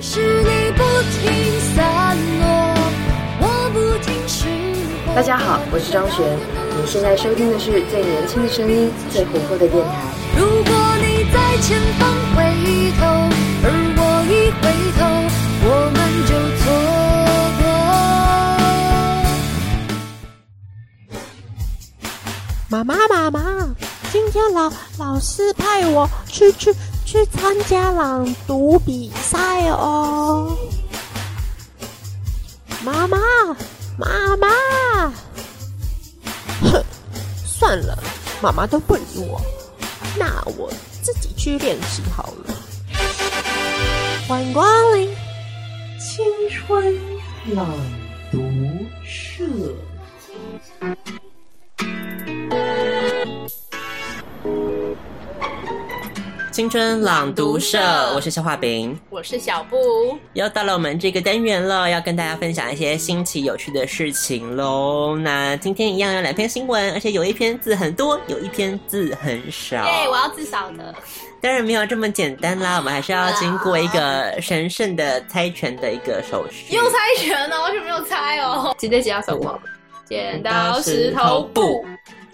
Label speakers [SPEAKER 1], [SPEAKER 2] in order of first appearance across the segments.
[SPEAKER 1] 是你不停散落，我不停失火。
[SPEAKER 2] 大家好，我是张璇，你现在收听的是最年轻的声音、最活泼的电台。
[SPEAKER 1] 如果你在前方回头，而我一回头，我们就错过。
[SPEAKER 3] 妈妈，妈妈，今天老老师派我去去去参加朗读比赛哦。妈妈，妈妈，哼，算了，妈妈都不理我，那我自己去练习好了。欢迎光临，
[SPEAKER 4] 青春朗读社。
[SPEAKER 5] 青春朗读社，我是小画饼。
[SPEAKER 6] 我是小布，
[SPEAKER 5] 又到了我们这个单元了，要跟大家分享一些新奇有趣的事情喽。那今天一样有两篇新闻，而且有一篇字很多，有一篇字很少。
[SPEAKER 6] 耶！哎我要自少的，
[SPEAKER 5] 当然没有这么简单啦，我们还是要经过一个神圣的猜拳的一个手续。
[SPEAKER 6] 又猜拳了，完全没有猜哦。直接剪刀手布，剪刀石头布，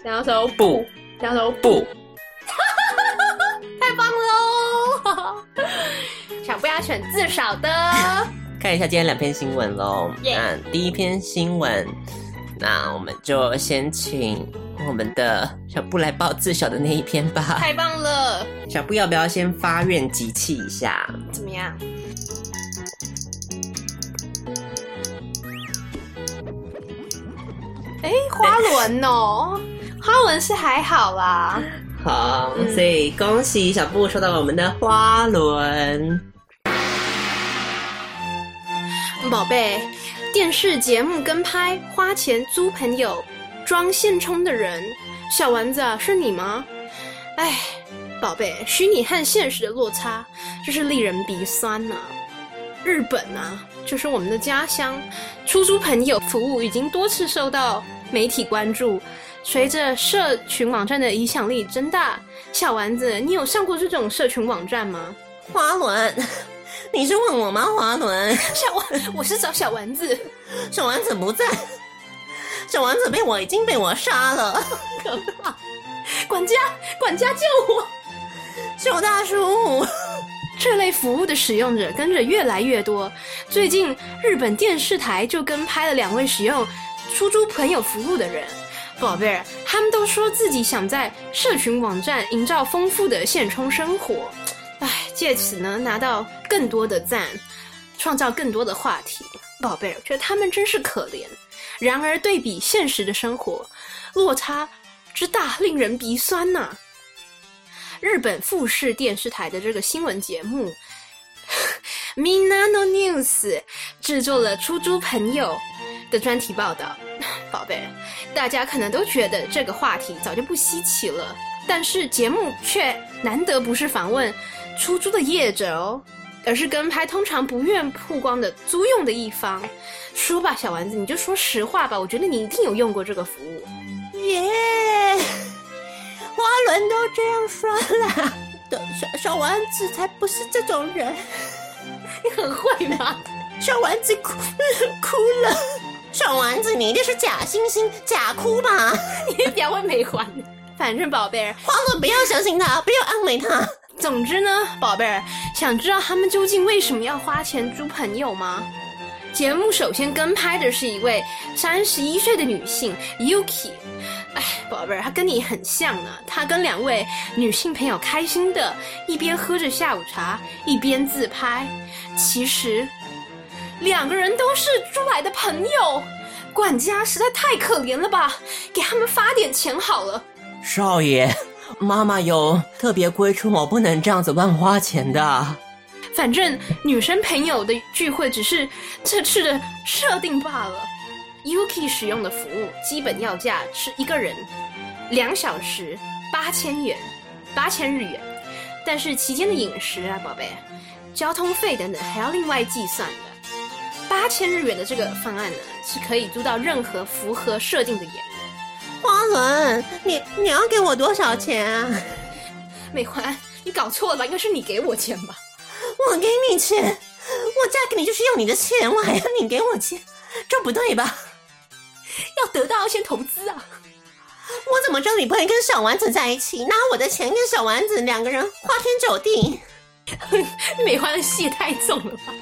[SPEAKER 6] 剪刀手布，剪刀手
[SPEAKER 5] 不，
[SPEAKER 6] 布，太棒 喽！想不要选自少的，
[SPEAKER 5] 看一下今天两篇新闻喽。
[SPEAKER 6] 耶
[SPEAKER 5] 那第一篇新闻，那我们就先请我们的小布来报自小的那一篇吧。
[SPEAKER 6] 太棒了！
[SPEAKER 5] 小布要不要先发愿集气一下？
[SPEAKER 6] 怎么样？哎，花轮哦，花轮是还好啦。
[SPEAKER 5] 好，
[SPEAKER 6] 嗯
[SPEAKER 5] 所以恭喜小布收到了我们的花轮。
[SPEAKER 6] 宝贝，电视节目跟拍花钱租朋友，装现充的人，小丸子啊，是你吗？哎，宝贝，虚拟和现实的落差，真是令人鼻酸呐、日本啊，就是我们的家乡，出租朋友服务已经多次受到媒体关注。随着社群网站的影响力增大，小丸子，你有上过这种社群网站吗？
[SPEAKER 5] 花轮， 你是问我吗？花轮，
[SPEAKER 6] 小丸，我是找小丸子，
[SPEAKER 5] 小丸子不在，小丸子被我已经被我杀了，
[SPEAKER 6] 可怕！管家，管家救我！
[SPEAKER 5] 熊大叔。
[SPEAKER 6] 这类服务的使用者跟着越来越多。最近，日本电视台就跟拍了两位使用出租朋友服务的人。宝贝儿，他们都说自己想在社群网站营造丰富的现充生活，哎，借此呢拿到更多的赞，创造更多的话题。宝贝儿，我觉得他们真是可怜。然而，对比现实的生活，落差之大令人鼻酸呐、日本富士电视台的这个新闻节目 《Minano News》制作了出租朋友的专题报道。 宝贝，大家可能都觉得这个话题早就不稀奇了，但是节目却难得不是访问出租的业者哦，而是跟拍通常不愿曝光的租用的一方。说吧，小丸子，你就说实话吧，我觉得你一定有用过这个服务。
[SPEAKER 5] 耶！哎花轮都这样说了，小小丸子才不是这种人。
[SPEAKER 6] 你很会吗？
[SPEAKER 5] 小丸子哭 哭了，小丸子你一定是假惺惺、假哭吧？
[SPEAKER 6] 你 不要问美环。反正宝贝儿，
[SPEAKER 5] 花轮不要相信他，不要安慰他。
[SPEAKER 6] 总之呢，宝贝儿，想知道他们究竟为什么要花钱租朋友吗？节目首先跟拍的是一位三十一岁的女性 Yuki。哎，宝贝儿，她跟你很像呢。她跟两位女性朋友开心的，一边喝着下午茶，一边自拍。其实，两个人都是租来的朋友。管家实在太可怜了吧，给他们发点钱好了。
[SPEAKER 5] 少爷，妈妈有特别规矩，我不能这样子乱花钱的。
[SPEAKER 6] 反正女生朋友的聚会只是这次的设定罢了。Yuki 使用的服务基本要价是一个人两小时八千元，八千日元，但是期间的饮食啊，宝贝，交通费等等还要另外计算的。八千日元的这个方案呢，是可以租到任何符合设定的演员。
[SPEAKER 5] 花轮，你你要给我多少钱啊？
[SPEAKER 6] 美环，你搞错了吧？应该是你给我钱吧？
[SPEAKER 5] 我给你钱，我嫁给你就是要你的钱，我还要你给我钱，这不对吧？
[SPEAKER 6] 要得到要先投资啊！
[SPEAKER 5] 我怎么知道你不会跟小丸子在一起？拿我的钱跟小丸子两个人花天酒地。
[SPEAKER 6] 美欢的戏也太重了吧？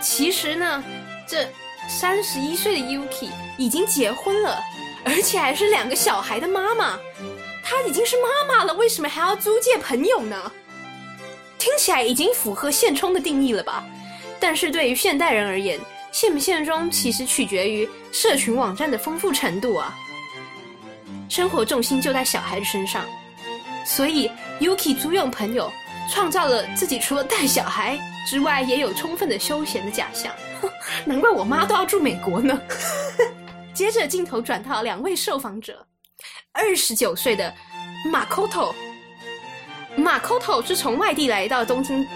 [SPEAKER 6] 其实呢，这三十一岁的 Yuki 已经结婚了，而且还是两个小孩的妈妈。她已经是妈妈了，为什么还要租借朋友呢？听起来已经符合现充的定义了吧？但是对于现代人而言，现不现充其实取决于社群网站的丰富程度啊。生活重心就在小孩的身上，所以 Yuki 租用朋友，创造了自己除了带小孩之外，也有充分的休闲的假象。 难怪我妈都要住美国呢。 接着镜头转到两位受访者，二十九岁的 Makoto。Makoto 是从外地来到东京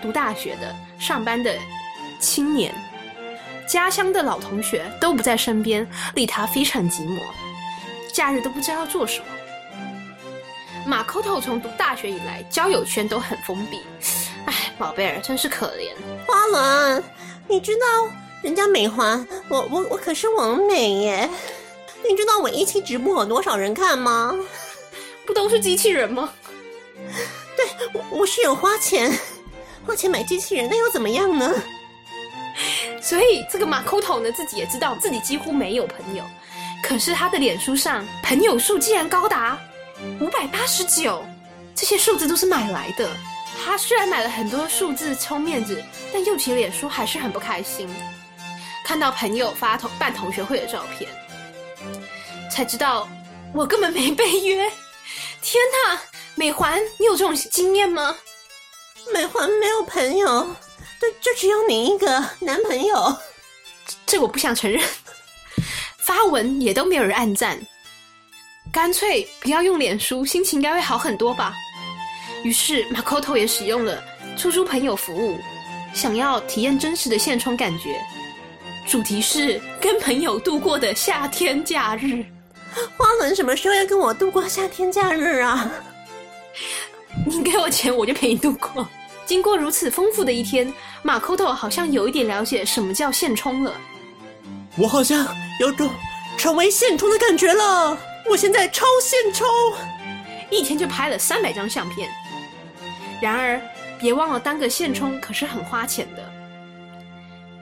[SPEAKER 6] 读大学的上班的青年，家乡的老同学都不在身边，令他非常寂寞。假日都不知道要做什么。马扣头从读大学以来，交友圈都很封闭，唉，宝贝儿真是可怜。
[SPEAKER 5] 花轮，你知道人家美环，我我我可是王美耶。你知道我一期直播有多少人看吗？
[SPEAKER 6] 不都是机器人吗？
[SPEAKER 5] 我我是有花钱， 花钱买机器人，那又怎么样呢？
[SPEAKER 6] 所以这个马扣头呢，自己也知道自己几乎没有朋友，可是他的脸书上朋友数竟然高达五百八十九，这些数字都是买来的。他虽然买了很多数字充面子，但右起脸书还是很不开心。看到朋友发同办同学会的照片，才知道我根本没被约。天呐，美环，你有这种经验吗？
[SPEAKER 5] 美环没有朋友，对，就只有你一个男朋友。
[SPEAKER 6] 这我不想承认。 发文也都没有人按赞，干脆不要用脸书，心情应该会好很多吧。于是 Makoto 也使用了出租朋友服务，想要体验真实的现充感觉。主题是跟朋友度过的夏天假日。
[SPEAKER 5] 花轮什么时候要跟我度过夏天假日啊？
[SPEAKER 6] 你给我钱，我就陪你度过。经过如此丰富的一天，马扣头好像有一点了解什么叫现充了。
[SPEAKER 5] 我好像有种成为现充的感觉了。我现在超现充。
[SPEAKER 6] 一天就拍了三百张相片。然而，别忘了当个现充可是很花钱的，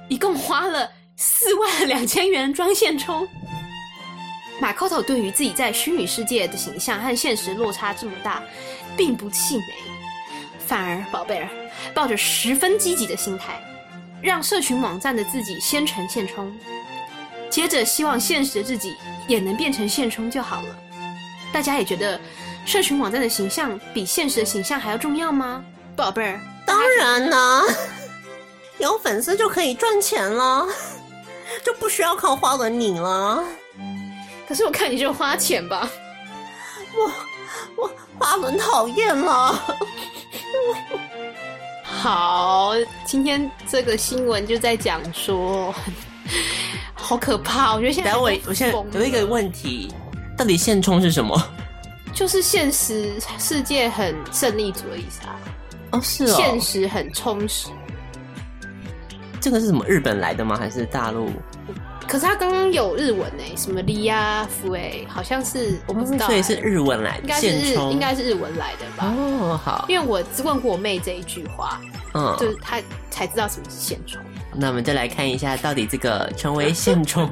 [SPEAKER 6] 一共花了四万两千元装现充。马扣头对于自己在虚拟世界的形象和现实落差这么大，并不气馁，反而宝贝儿抱着十分积极的心态，让社群网站的自己先成现充，接着希望现实的自己也能变成现充就好了。大家也觉得社群网站的形象比现实的形象还要重要吗？宝贝儿，
[SPEAKER 5] 当然啦，有粉丝就可以赚钱了，就不需要靠花轮你了。
[SPEAKER 6] 可是我看你就花钱吧。
[SPEAKER 5] 我花轮讨厌了。
[SPEAKER 6] 好，今天这个新闻就在讲说， 好可怕！我觉得现在
[SPEAKER 5] 等我
[SPEAKER 6] 人，都
[SPEAKER 5] 我现在
[SPEAKER 6] 疯了
[SPEAKER 5] 有一个问题，到底现充是什么？
[SPEAKER 6] 就是现实世界很胜利主义啊，
[SPEAKER 5] 哦，是
[SPEAKER 6] 现实很充实。
[SPEAKER 5] 这个是什么？日本来的吗？还是大陆？
[SPEAKER 6] 可是他刚刚有日文呢、什么利亚福诶，好像是我不知道、
[SPEAKER 5] 哦
[SPEAKER 6] 哎欸
[SPEAKER 5] 所以是日文来
[SPEAKER 6] 应
[SPEAKER 5] 的，
[SPEAKER 6] 该是
[SPEAKER 5] 现
[SPEAKER 6] 日
[SPEAKER 5] 充
[SPEAKER 6] 应该是日文来的吧？
[SPEAKER 5] 哦，好，
[SPEAKER 6] 因为我只问过我妹这一句话，
[SPEAKER 5] 嗯，
[SPEAKER 6] 就是她才知道什么是现充。
[SPEAKER 5] 那我们就来看一下，到底这个成为现充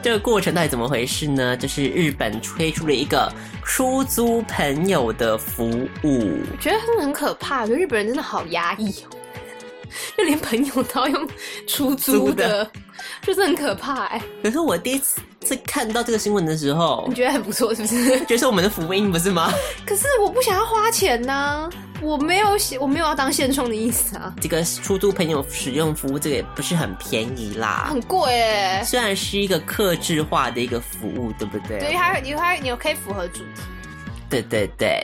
[SPEAKER 5] 这个过程到底怎么回事呢？就是日本推出了一个出租朋友的服务，
[SPEAKER 6] 我觉得他们很可怕，我觉得日本人真的好压抑哦，就连朋友都要用出租
[SPEAKER 5] 租的
[SPEAKER 6] 的，就是很可怕哎、
[SPEAKER 5] 可是我第一次看到这个新闻的时候
[SPEAKER 6] 你，觉得很不错是不是？
[SPEAKER 5] 觉得是我们的福音不是吗？
[SPEAKER 6] 可是我不想要花钱呐、我没有我没有要当现充的意思啊，
[SPEAKER 5] 这个出租朋友使用服务，这个也不是很便宜啦。
[SPEAKER 6] 很贵哎、
[SPEAKER 5] 虽然是一个克制化的一个服务，对不对？
[SPEAKER 6] 对，它你它你可以符合主题，
[SPEAKER 5] 对对对，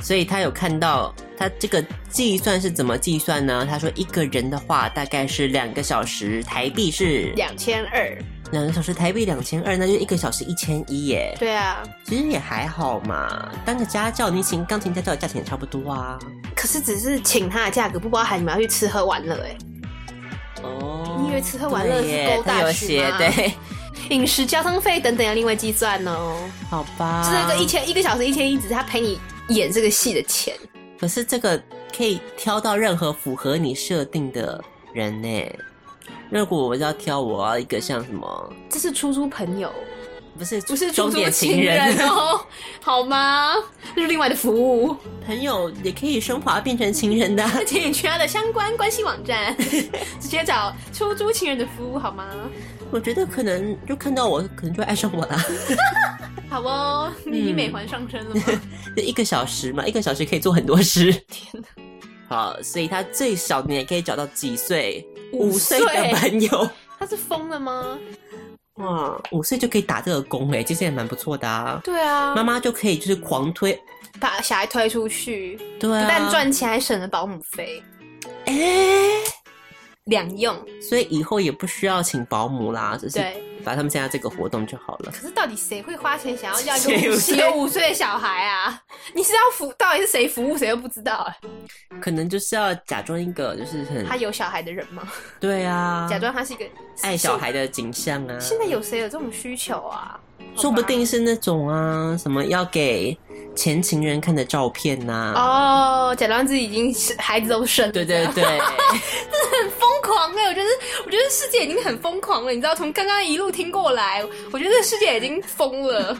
[SPEAKER 5] 所以他有看到他这个计算是怎么计算呢？他说一个人的话大概是两个小时台币是
[SPEAKER 6] 两千二，
[SPEAKER 5] 两个小时台币两千二，那就一个小时一千一耶。
[SPEAKER 6] 对啊，
[SPEAKER 5] 其实也还好嘛，当个家教，你请钢琴家教的价钱也差不多啊。
[SPEAKER 6] 可是只是请他的价格不包含你们要去吃喝玩乐哎、
[SPEAKER 5] 哦，
[SPEAKER 6] 你以为吃喝玩乐
[SPEAKER 5] 对耶
[SPEAKER 6] 是勾
[SPEAKER 5] 它
[SPEAKER 6] 大
[SPEAKER 5] 有
[SPEAKER 6] 师
[SPEAKER 5] 写
[SPEAKER 6] 吗？
[SPEAKER 5] 对，
[SPEAKER 6] 饮食、交通费等等要另外计算哦。
[SPEAKER 5] 好吧，
[SPEAKER 6] 是那个一千一个小时一千一，只是他陪你演这个戏的钱。
[SPEAKER 5] 可是这个可以挑到任何符合你设定的人呢、如果我要挑，我要一个像什么？
[SPEAKER 6] 这是出租朋友，
[SPEAKER 5] 不是
[SPEAKER 6] 不是出
[SPEAKER 5] 终
[SPEAKER 6] 租
[SPEAKER 5] 点
[SPEAKER 6] 情
[SPEAKER 5] 人，
[SPEAKER 6] 人哦，好 吗？这是另外的服务，
[SPEAKER 5] 朋友也可以升华变成情人 的啊、
[SPEAKER 6] 请你去他的相关关系网 站，直接找出租情人的服务好吗？
[SPEAKER 5] 我觉得可能就看到我，可能就爱上我啦。
[SPEAKER 6] 好哦，你
[SPEAKER 5] 嗯
[SPEAKER 6] 美环上身了吗？
[SPEAKER 5] 就一个小时嘛，一个小时可以做很多事。天哪！好，所以他最少你也可以找到几岁？
[SPEAKER 6] 五
[SPEAKER 5] 五
[SPEAKER 6] 岁
[SPEAKER 5] 岁的朋友。
[SPEAKER 6] 他是疯了吗？
[SPEAKER 5] 哇，五岁就可以打这个工哎、其实也蛮不错的啊。
[SPEAKER 6] 对啊
[SPEAKER 5] 妈，妈就可以就是狂推，
[SPEAKER 6] 把小孩推出去，
[SPEAKER 5] 对
[SPEAKER 6] 不
[SPEAKER 5] 啊，
[SPEAKER 6] 但赚钱还省了保姆费，
[SPEAKER 5] 哎、
[SPEAKER 6] 两用。
[SPEAKER 5] 所以以后也不需要请保姆啦，只是
[SPEAKER 6] 对
[SPEAKER 5] 把他们参加这个活动就好了。
[SPEAKER 6] 可是到底谁会花钱想要要
[SPEAKER 5] 谁
[SPEAKER 6] 一个
[SPEAKER 5] 有
[SPEAKER 6] 五
[SPEAKER 5] 谁
[SPEAKER 6] 十有五岁的小孩啊？ 你是要服，到底是谁服务谁又不知道、啊？
[SPEAKER 5] 可能就是要假装一个就是很
[SPEAKER 6] 他有小孩的人吗？
[SPEAKER 5] 对啊，
[SPEAKER 6] 假装他是一个
[SPEAKER 5] 爱小。孩的景象啊。
[SPEAKER 6] 现在有谁有这种需求啊？
[SPEAKER 5] 说不定是那种啊，什么要给前情人看的照片呐、
[SPEAKER 6] 哦，假装自己已经是孩子都生了，
[SPEAKER 5] 啊对对对，
[SPEAKER 6] 疯狂哎、我觉得，我觉得世界已经很疯狂了。你知道，从刚刚一路听过来，我觉得这个世界已经疯 了。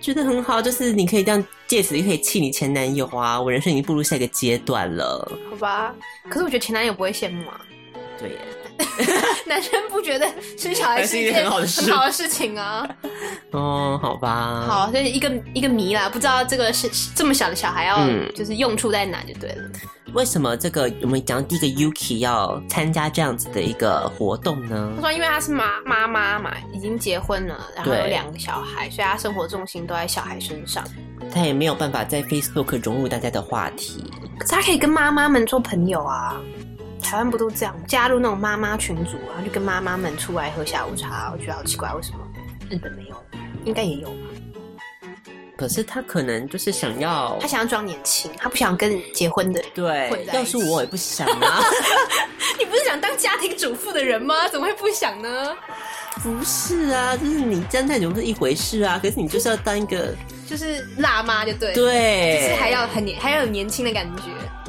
[SPEAKER 5] 觉得很好，就是你可以这样，借此就可以气你前男友啊。我人生已经步入下一个阶段了，
[SPEAKER 6] 好吧，可是我觉得前男友不会羡慕啊，
[SPEAKER 5] 对耶，
[SPEAKER 6] 男生不觉得生小孩是一
[SPEAKER 5] 还是一
[SPEAKER 6] 件
[SPEAKER 5] 件很好的事
[SPEAKER 6] 很好的事情啊。
[SPEAKER 5] 哦，好吧，，
[SPEAKER 6] 好，所以一个一个谜啦，不知道这个是是这么小的小孩要、
[SPEAKER 5] 嗯
[SPEAKER 6] 就是用处在哪就对了。
[SPEAKER 5] 为什么这个我们讲第一个 Yuki 要参加这样子的一个活动
[SPEAKER 6] 他
[SPEAKER 5] 呢？
[SPEAKER 6] 说，因为他是妈妈妈嘛，已经结婚了，然后
[SPEAKER 5] 对
[SPEAKER 6] 有两个小孩，所以他生活重心都在小孩身上。
[SPEAKER 5] 他也没有办法在 Facebook 融入大家的话题，
[SPEAKER 6] 可是他可以跟妈妈们做朋友啊。台湾不都这样，加入那种妈妈群组，然后就跟妈妈们出来喝下午茶，我觉得好奇怪，为什么日本没有？应该也有吧。
[SPEAKER 5] 可是他可能就是想要
[SPEAKER 6] 他。想要装年轻，他不想跟结婚的人。混
[SPEAKER 5] 对，
[SPEAKER 6] 在一
[SPEAKER 5] 要是
[SPEAKER 6] 起
[SPEAKER 5] 我也不想 啊，
[SPEAKER 6] 你不是想当家庭主妇的人吗？怎么会不想呢？
[SPEAKER 5] 不是啊，就是你站在融是一回事啊，可是你就是要当一个
[SPEAKER 6] 就是辣妈就对了，
[SPEAKER 5] 对，
[SPEAKER 6] 就是还要很年，还要有年轻的感觉，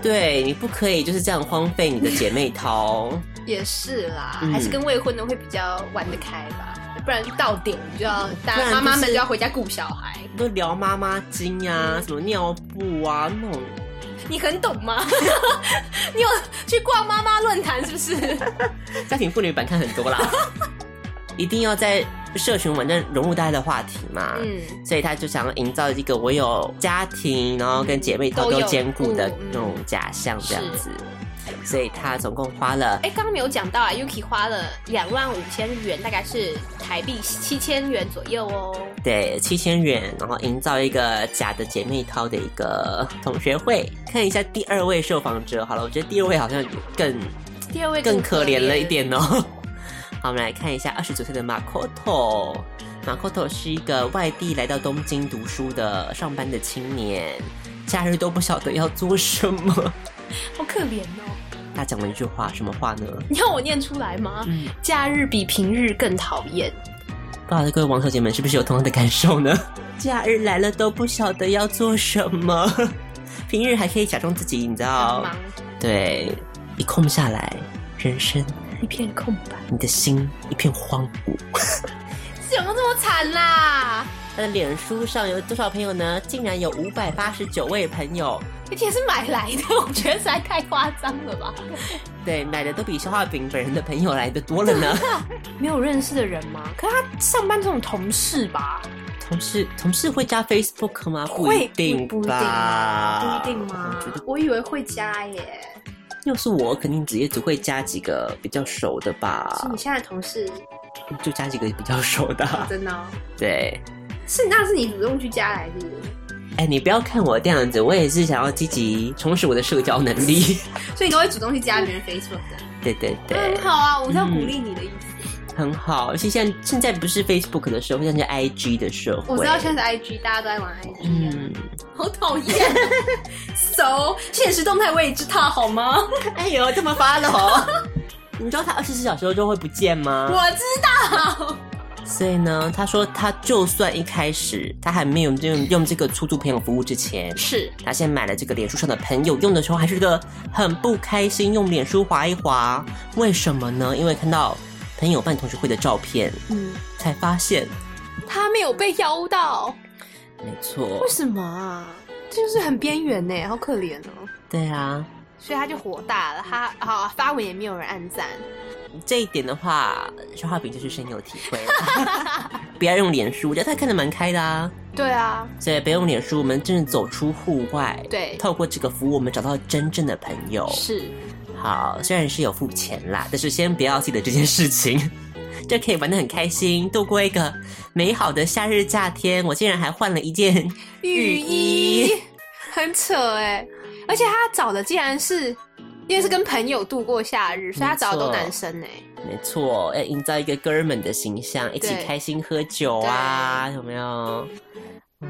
[SPEAKER 5] 对你不可以就是这样荒废你的姐妹淘。
[SPEAKER 6] 也是啦，
[SPEAKER 5] 嗯
[SPEAKER 6] 还是跟未婚的会比较玩得开吧，不然到点你就要大
[SPEAKER 5] 不然
[SPEAKER 6] 家
[SPEAKER 5] 就是
[SPEAKER 6] 妈妈们就要回家顾小孩，
[SPEAKER 5] 都聊妈妈经啊，什么尿布啊那种，
[SPEAKER 6] 你很懂 吗？你有去逛妈妈论坛是 不是？
[SPEAKER 5] 家庭妇女版看很 多啦，一定要在社群网站融入大家的话题嘛。
[SPEAKER 6] 嗯，
[SPEAKER 5] 所以他就想要营造一个我有家庭，然后跟姐妹淘
[SPEAKER 6] 都
[SPEAKER 5] 都
[SPEAKER 6] 有
[SPEAKER 5] 兼顾的
[SPEAKER 6] 顾嗯
[SPEAKER 5] 那种假象这样子。所以他总共花了
[SPEAKER 6] 哎，刚刚没有讲到啊，Yuki 花了两万五千日元，大概是台币七千元左右哦。
[SPEAKER 5] 对七千元，然后营造一个假的姐妹淘的一个同学会。看一下第二位受访者好了，我觉得第二位好像更
[SPEAKER 6] 第二位
[SPEAKER 5] 更
[SPEAKER 6] 可
[SPEAKER 5] 可怜了一，点哦。 好，我们来看一下二十九岁的马 a 头。马 a 头是一个外地来到东京读书的上班的青年，假日都不晓得要做什么。
[SPEAKER 6] 好可怜哦。
[SPEAKER 5] 他讲了一句话，什么话呢？
[SPEAKER 6] 你要我念出来吗？
[SPEAKER 5] 嗯，
[SPEAKER 6] 假日比平日更讨厌。
[SPEAKER 5] 不知道各位网友姐们是不是有同样的感受呢？ 假日来了都不晓得要做什么， 平日还可以假装自己，你知
[SPEAKER 6] 很
[SPEAKER 5] 道
[SPEAKER 6] 忙，，
[SPEAKER 5] 对，一空下来，人生
[SPEAKER 6] 一片空白，
[SPEAKER 5] 你的心一片荒芜。
[SPEAKER 6] 怎么这么惨啦？
[SPEAKER 5] 他的脸书上有多少朋友呢？竟然有五百八十九位朋友，
[SPEAKER 6] 而且是买来的，我觉得实在太夸张了吧？
[SPEAKER 5] 对，买的都比消化饼本人的朋友来的多了 呢。
[SPEAKER 6] 没有认识的人吗？可是他上班这种同事吧，
[SPEAKER 5] 同事同事会加 Facebook 吗？不
[SPEAKER 6] 会
[SPEAKER 5] 一定
[SPEAKER 6] 不不一定
[SPEAKER 5] 吧
[SPEAKER 6] 啊，？不一定吗
[SPEAKER 5] 我觉得？
[SPEAKER 6] 我以为会加耶。
[SPEAKER 5] 要是我，肯定直接只会加几个比较熟的
[SPEAKER 6] 是
[SPEAKER 5] 吧
[SPEAKER 6] 你，现在的同事
[SPEAKER 5] 就加几个比较熟的。
[SPEAKER 6] 真的
[SPEAKER 5] 啊
[SPEAKER 6] 哦、
[SPEAKER 5] 对，
[SPEAKER 6] 是那是你主动去加来的耶，
[SPEAKER 5] 哎，你不要看我这样子，我也是想要积极充实我的社交能 力。
[SPEAKER 6] 所以你都会主动去加别人 Facebook 的，
[SPEAKER 5] 对对对嗯
[SPEAKER 6] 很，好啊，我是要鼓励你的意思。
[SPEAKER 5] 很好。而且现在现在不是 Facebook 的社会，现在是 IG 的社会。
[SPEAKER 6] 我知道现在是 IG 大家都在玩啊 IG，、
[SPEAKER 5] 嗯，
[SPEAKER 6] 好讨 厌。so 现实动态我也知道好吗？
[SPEAKER 5] 哎呦，这么发了哦。你知道他二十四小时后就会不见吗？
[SPEAKER 6] 我知道。
[SPEAKER 5] 所以呢，他说他就算一开始他还没有用用这个出租朋友服务之前，
[SPEAKER 6] 是
[SPEAKER 5] 他先买了这个脸书上的朋友，用的时候还是觉得很不开心，用脸书划一划，为什么呢？因为看到朋友办同学会的照片，嗯，才发现，
[SPEAKER 6] 他没有被邀到，
[SPEAKER 5] 没错
[SPEAKER 6] 为，什么啊？这就是很边缘呢，好可怜哦。
[SPEAKER 5] 对啊，
[SPEAKER 6] 所以他就火大了，他好、发文也没有人按赞，
[SPEAKER 5] 这一点的话，小画饼就是深有体 会了。不要用脸书，我觉得他看得蛮开的啊。
[SPEAKER 6] 对啊，
[SPEAKER 5] 所以不要用脸书，我们真的走出户外，
[SPEAKER 6] 对
[SPEAKER 5] 透过这个服务，我们找到真正的朋友。
[SPEAKER 6] 是
[SPEAKER 5] 好，虽然是有付钱啦，但是先不要记得这件事情，这可以玩的很开心，度过一个美好的夏日夏天。我竟然还换了一件
[SPEAKER 6] 雨衣，很扯哎。而且他找的竟然是，因为是跟朋友度过夏日，所以他找的都
[SPEAKER 5] 嗯没错
[SPEAKER 6] 男生哎。
[SPEAKER 5] 没错，要营造一个哥们的形象，一起
[SPEAKER 6] 对
[SPEAKER 5] 开心喝酒啊，有没有？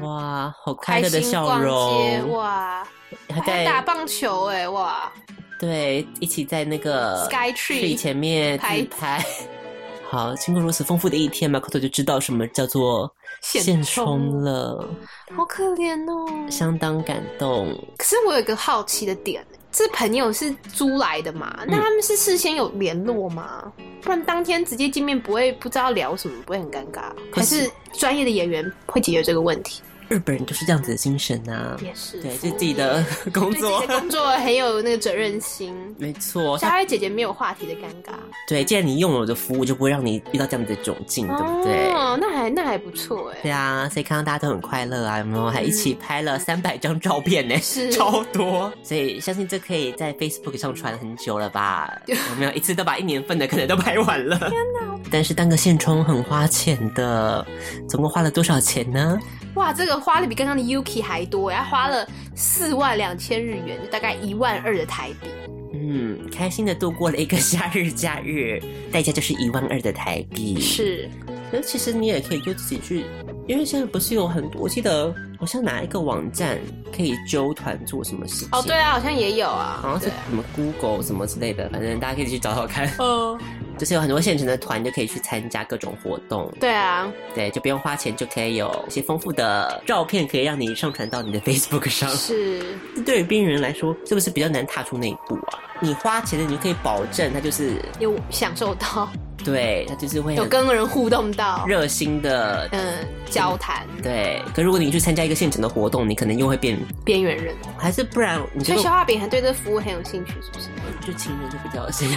[SPEAKER 5] 哇，好快乐的
[SPEAKER 6] 开心
[SPEAKER 5] 笑
[SPEAKER 6] 逛街
[SPEAKER 5] 容！
[SPEAKER 6] 哇，
[SPEAKER 5] 还
[SPEAKER 6] 还
[SPEAKER 5] 在
[SPEAKER 6] 打棒球哎、哇，
[SPEAKER 5] 对，一起在那个
[SPEAKER 6] Sky Tree
[SPEAKER 5] 前面
[SPEAKER 6] 拍
[SPEAKER 5] 自拍。 好，经过如此丰富的一天，马可托就知道什么叫做
[SPEAKER 6] 现
[SPEAKER 5] 现
[SPEAKER 6] 充
[SPEAKER 5] 充了，
[SPEAKER 6] 好可怜哦。
[SPEAKER 5] 相当感动。
[SPEAKER 6] 可是我有一个好奇的点，这朋友是租来的嘛？
[SPEAKER 5] 嗯
[SPEAKER 6] 那他们是事先有联络吗？不然当天直接见面不会不知道聊什么，不会很尴尬？
[SPEAKER 5] 可
[SPEAKER 6] 还
[SPEAKER 5] 是
[SPEAKER 6] 是专业的演员会解决这个问题？
[SPEAKER 5] 日本人就是这样子的精神啊呐、
[SPEAKER 6] 也是，
[SPEAKER 5] 对，对自己 的工
[SPEAKER 6] 对自
[SPEAKER 5] 作
[SPEAKER 6] 己，的工作很有那个责任 心。
[SPEAKER 5] 没错。
[SPEAKER 6] 小
[SPEAKER 5] 他
[SPEAKER 6] 孩姐姐没有话题的尴尬，
[SPEAKER 5] 对，既然你用了我的服务，就不会让你遇到这样子的窘境，对不对？
[SPEAKER 6] 哦，那还那还不错哎、
[SPEAKER 5] 对啊，所以看到大家都很快乐啊，有没有？还一起拍了三百张照片呢，
[SPEAKER 6] 嗯 是
[SPEAKER 5] 超多。所以相信这可以在 Facebook 上传很久了 吧？有没有一次都把一年份的可能都拍完了？天哪！但是当个现充很花钱的，总共花了多少钱呢？
[SPEAKER 6] 哇，这个花的比刚刚的 Yuki 还多哎，他花了四万两千日元，就大概一万二的台币。
[SPEAKER 5] 嗯，开心的度过了一个夏日假日，代价就是一万二的台币。
[SPEAKER 6] 是，
[SPEAKER 5] 可是其实你也可以就自己去，因为现在不是有很多，我记得好像哪一个网站可以揪团做什么事情。
[SPEAKER 6] 哦，对啊，好像也有啊，
[SPEAKER 5] 好像哦是
[SPEAKER 6] 对啊
[SPEAKER 5] 什么 Google 什么之类的，反正大家可以去找找看。
[SPEAKER 6] 嗯，
[SPEAKER 5] 就是有很多现成的团，就可以去参加各种活动，
[SPEAKER 6] 对啊，
[SPEAKER 5] 对，就不用花钱就可以有一些丰富的照片，可以让你上传到你的 Facebook 上。
[SPEAKER 6] 是
[SPEAKER 5] 对于边缘人来说，是不是比较难踏出那一步啊？你花钱的，你就可以保证他就是
[SPEAKER 6] 有享受到，
[SPEAKER 5] 对他就是会
[SPEAKER 6] 有
[SPEAKER 5] 很
[SPEAKER 6] 跟人互动到，
[SPEAKER 5] 热心的，
[SPEAKER 6] 嗯，交谈
[SPEAKER 5] 对。可如果你去参加一个现成的活动，你可能又会变，
[SPEAKER 6] 边缘人，
[SPEAKER 5] 还是不然你这
[SPEAKER 6] 所以
[SPEAKER 5] 个
[SPEAKER 6] 消化饼还对这服务很有兴趣，是不是？
[SPEAKER 5] 就情人就比较有兴趣。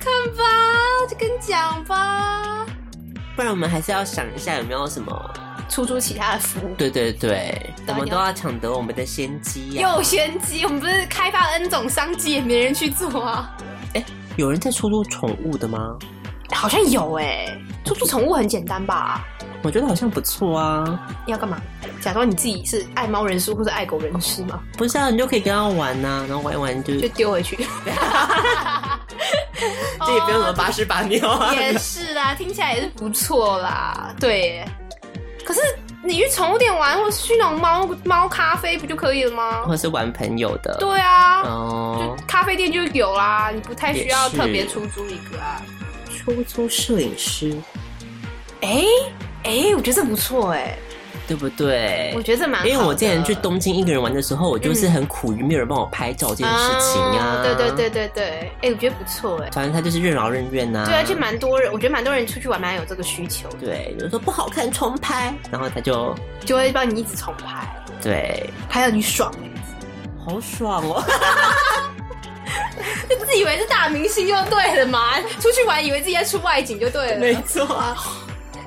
[SPEAKER 6] 看吧，就跟讲吧，
[SPEAKER 5] 不然我们还是要想一下有没有什么
[SPEAKER 6] 出租其他的服务。
[SPEAKER 5] 对对对，我
[SPEAKER 6] 对
[SPEAKER 5] 们
[SPEAKER 6] 你
[SPEAKER 5] 都
[SPEAKER 6] 要
[SPEAKER 5] 要抢得我们的先机呀、
[SPEAKER 6] 又玄机，我们不是开发了 N 种商机，也没人去做啊。
[SPEAKER 5] 有人在出租宠物的吗？
[SPEAKER 6] 好像有哎、出租宠物很简单吧？
[SPEAKER 5] 我觉得好像不错啊。
[SPEAKER 6] 你要干嘛？假装你自己是爱猫人士或者爱狗人士吗？
[SPEAKER 5] 不是啊，你就可以跟他玩呐、然后玩一玩就
[SPEAKER 6] 就
[SPEAKER 5] 就
[SPEAKER 6] 丢回 去。
[SPEAKER 5] 这也不用什么把屎把尿 啊。
[SPEAKER 6] 哦也是啦，听起来也是不错啦。对耶，可是你去宠物店玩，或是去那种猫猫咖啡，不就可以了吗？
[SPEAKER 5] 或是玩朋友的。
[SPEAKER 6] 对啊，
[SPEAKER 5] 哦
[SPEAKER 6] 就，咖啡店就有啦，你不太需要
[SPEAKER 5] 也是
[SPEAKER 6] 特别出租一个啊。
[SPEAKER 5] 出租摄影师，
[SPEAKER 6] 哎哎、我觉得这不错哎、
[SPEAKER 5] 对不对？
[SPEAKER 6] 我觉得这蛮好的嗯
[SPEAKER 5] 因为我之前去东京一个人玩的时候，我就是很苦于没有人帮我拍照这件事情啊。
[SPEAKER 6] 哦
[SPEAKER 5] 嗯
[SPEAKER 6] 对对对，对对，哎、我觉得不错哎、
[SPEAKER 5] 反正他就是任劳任怨呐、啊
[SPEAKER 6] 对，而且蛮多人，我觉得蛮多人出去玩蛮有这个需求的，
[SPEAKER 5] 对，有人说不好看重拍，然后他就
[SPEAKER 6] 就会帮你一直重拍，
[SPEAKER 5] 对，
[SPEAKER 6] 拍到你爽、
[SPEAKER 5] 好爽哦。
[SPEAKER 6] 就自以为是大明星就对了嘛，出去玩以为自己在出外景就对了。
[SPEAKER 5] 没错啊，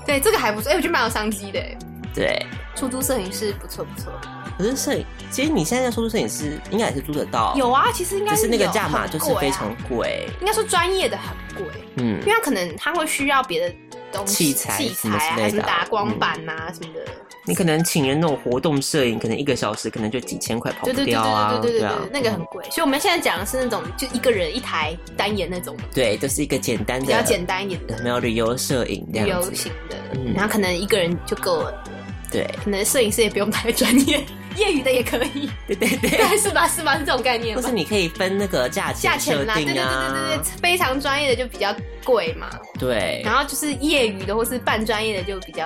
[SPEAKER 6] 对，这个还不错，哎、我觉得蛮有商机 的。哦
[SPEAKER 5] 对。
[SPEAKER 6] 出租摄影师不错不错，
[SPEAKER 5] 可是摄影，其实你现在在出租摄影师，应该也是租得到，
[SPEAKER 6] 有啊，其实应该
[SPEAKER 5] 只是那个
[SPEAKER 6] 有
[SPEAKER 5] 价码就是
[SPEAKER 6] 很贵
[SPEAKER 5] 非
[SPEAKER 6] 啊
[SPEAKER 5] 常贵。
[SPEAKER 6] 应该说专业的很贵，
[SPEAKER 5] 嗯
[SPEAKER 6] 因为，他可能他会需要别的东
[SPEAKER 5] 器
[SPEAKER 6] 西，
[SPEAKER 5] 材
[SPEAKER 6] 器
[SPEAKER 5] 什
[SPEAKER 6] 材
[SPEAKER 5] 么
[SPEAKER 6] 啊，
[SPEAKER 5] 之类的嗯哦
[SPEAKER 6] 还有什么打光板啊、什么的，
[SPEAKER 5] 你可能请人那种活动摄影，可能一个小时可能就几千块跑
[SPEAKER 6] 对
[SPEAKER 5] 不
[SPEAKER 6] 对对
[SPEAKER 5] 掉啊，
[SPEAKER 6] 对对对对
[SPEAKER 5] 啊
[SPEAKER 6] 对，，那个很贵。所以我们现在讲的是那种就一个人一台单眼那种
[SPEAKER 5] 对，就是一个简单的，呃
[SPEAKER 6] 比较简单一点的
[SPEAKER 5] 有没有旅游摄影这
[SPEAKER 6] 旅
[SPEAKER 5] 样
[SPEAKER 6] 游
[SPEAKER 5] 子？
[SPEAKER 6] 型的
[SPEAKER 5] 嗯，
[SPEAKER 6] 然后可能一个人就够了，
[SPEAKER 5] 对，
[SPEAKER 6] 可能摄影师也不用太专业，业余的也可以，
[SPEAKER 5] 对对对，
[SPEAKER 6] 对，是吧？是吧？是这种概念
[SPEAKER 5] 或
[SPEAKER 6] 吧
[SPEAKER 5] 是？你可以分那个价
[SPEAKER 6] 价
[SPEAKER 5] 钱
[SPEAKER 6] 钱
[SPEAKER 5] 设
[SPEAKER 6] 啦，对
[SPEAKER 5] 定
[SPEAKER 6] 对对
[SPEAKER 5] 啊，
[SPEAKER 6] 对对对，非常专业的就比较贵嘛，
[SPEAKER 5] 对
[SPEAKER 6] 然后就是业余的或是半专业的就比较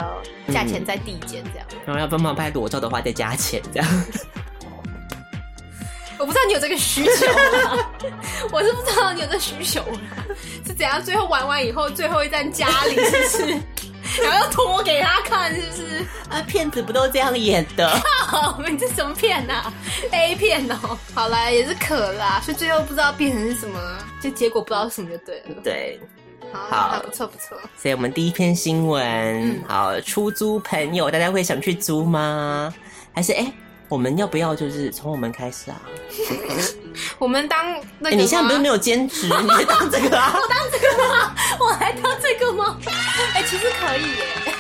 [SPEAKER 6] 价钱在递减这样。
[SPEAKER 5] 然后要帮忙拍裸照的话再加钱这 样。
[SPEAKER 6] 我不知道你有这个需求、啊， 我是不知道你有这需求、啊，是怎样？最后玩完以后，最后一站家里是 不是？然后又拖给他看，是不是？
[SPEAKER 5] 啊，骗子不都这样演的？
[SPEAKER 6] 哦，你这什么片呐、啊、？A 片哦，好啦，也是可啦，所以最后不知道变成是什么，就结果不知道是什么就对了。
[SPEAKER 5] 对，
[SPEAKER 6] 好，
[SPEAKER 5] 好
[SPEAKER 6] 好不错不错。
[SPEAKER 5] 所以我们第一篇新闻，
[SPEAKER 6] 嗯
[SPEAKER 5] 好，出租朋友，大家会想去租吗？还是哎、我们要不要就是从我们开始啊？
[SPEAKER 6] 我们当那
[SPEAKER 5] 哎、
[SPEAKER 6] 个、啊
[SPEAKER 5] 你现在不是没
[SPEAKER 6] 有？
[SPEAKER 5] 有兼 职，你在当这个啊？
[SPEAKER 6] 我还当这个吗？哎、其实可以耶，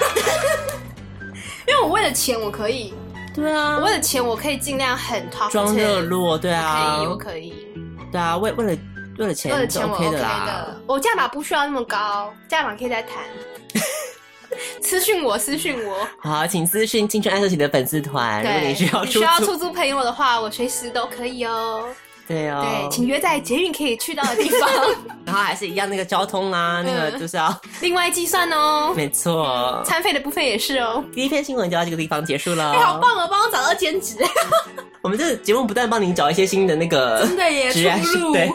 [SPEAKER 6] 因为我为了钱我可以，
[SPEAKER 5] 对啊
[SPEAKER 6] 我，为了钱我可以尽量很 talk
[SPEAKER 5] 装热
[SPEAKER 6] to
[SPEAKER 5] 络，对啊
[SPEAKER 6] 可以，，我可以，
[SPEAKER 5] 对啊，为为了为了
[SPEAKER 6] 为了
[SPEAKER 5] 钱是
[SPEAKER 6] 钱我
[SPEAKER 5] OK 的
[SPEAKER 6] OK
[SPEAKER 5] 啦
[SPEAKER 6] 的，，我价码不需要那么高，价码可以 再谈。私讯我，私讯我。
[SPEAKER 5] 好，请私讯青春爱社企的粉丝团，如果
[SPEAKER 6] 对，
[SPEAKER 5] 你需要
[SPEAKER 6] 你
[SPEAKER 5] 出
[SPEAKER 6] 需要
[SPEAKER 5] 租
[SPEAKER 6] 出，租朋友的话，我随时都可以哦。
[SPEAKER 5] 对哦，
[SPEAKER 6] 对，请约在捷运可以去到的地方，
[SPEAKER 5] 然后还是一样那个交通啦，
[SPEAKER 6] 嗯
[SPEAKER 5] 那个就是 要，
[SPEAKER 6] 另外计算哦。
[SPEAKER 5] 没错。
[SPEAKER 6] 餐费的部分也是哦。
[SPEAKER 5] 第一篇新闻就到这个地方结束了，
[SPEAKER 6] 哎、好棒哦，帮我找到兼 职，
[SPEAKER 5] 我们这个节目不断帮您找一些新的那个
[SPEAKER 6] 真的耶，
[SPEAKER 5] 职业
[SPEAKER 6] 出路。
[SPEAKER 5] 对。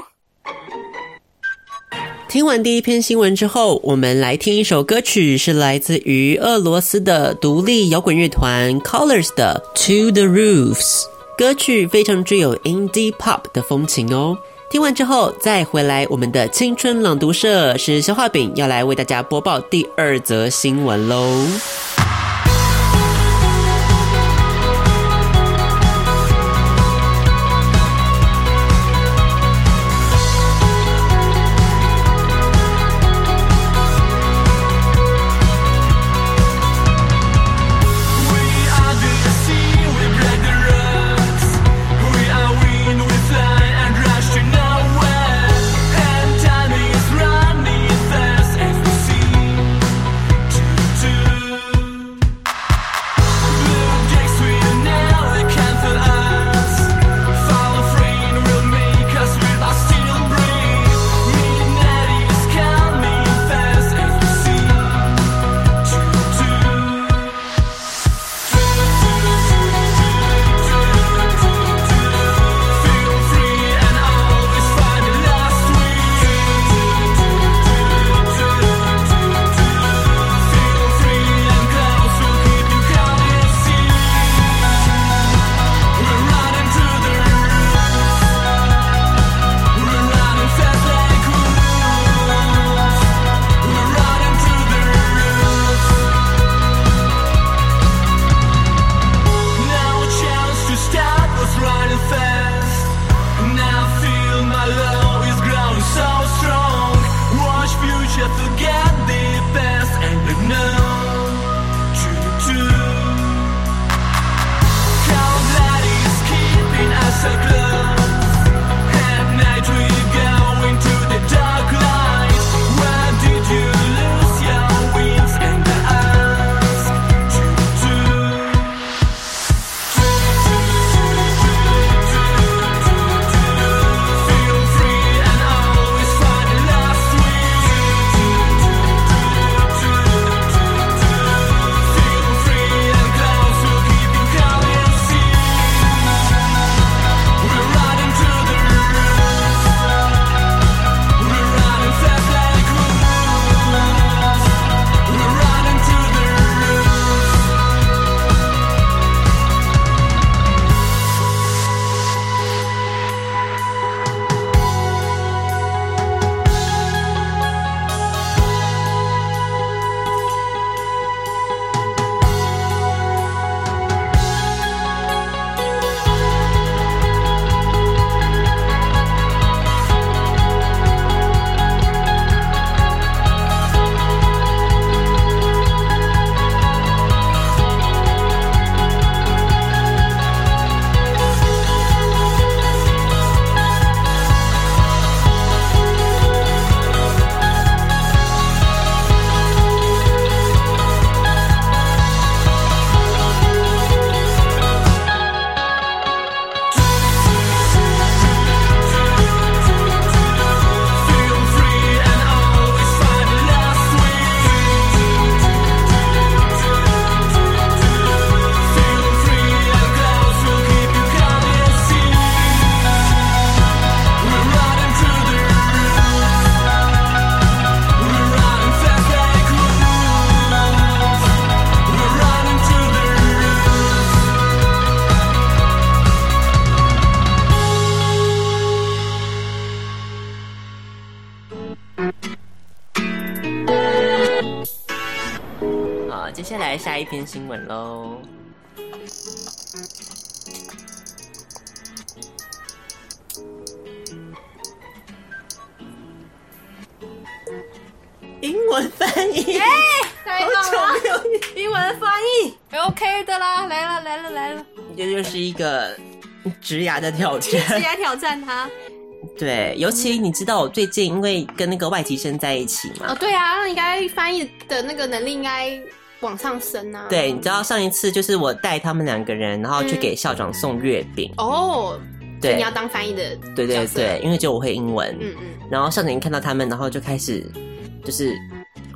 [SPEAKER 5] 听完第一篇新闻之后，我们来听一首歌曲，是来自于俄罗斯的独立摇滚乐团 Colors 的《To the Roofs》。歌曲非常具有 indie pop 的风情哦。听完之后再回来，我们的青春朗读社是消化饼要来为大家播报第二则新闻喽。
[SPEAKER 7] Running fast as the sea to
[SPEAKER 5] 下来下一篇新闻喽。英文翻译，
[SPEAKER 6] 太
[SPEAKER 5] 好久没有
[SPEAKER 6] 嗯英文翻译，OK 的啦，来了来了来了，
[SPEAKER 5] 这就是一个职涯的挑战。
[SPEAKER 6] 直接挑战他。
[SPEAKER 5] 对，尤其你知道，我最近因为跟那个外籍生在一起嘛，
[SPEAKER 6] 哦，对啊，那应该翻译的那个能力应该往上升啊。，
[SPEAKER 5] 对，你知道上一次就是我带他们两个人，然后去
[SPEAKER 6] 嗯
[SPEAKER 5] 给校长送月饼，
[SPEAKER 6] 哦，所以
[SPEAKER 5] 对
[SPEAKER 6] 你要当翻译的，
[SPEAKER 5] 对对
[SPEAKER 6] 角色
[SPEAKER 5] 对，因为只有我会英文，
[SPEAKER 6] 嗯嗯，
[SPEAKER 5] 然后校长一看到他们，然后就开始就是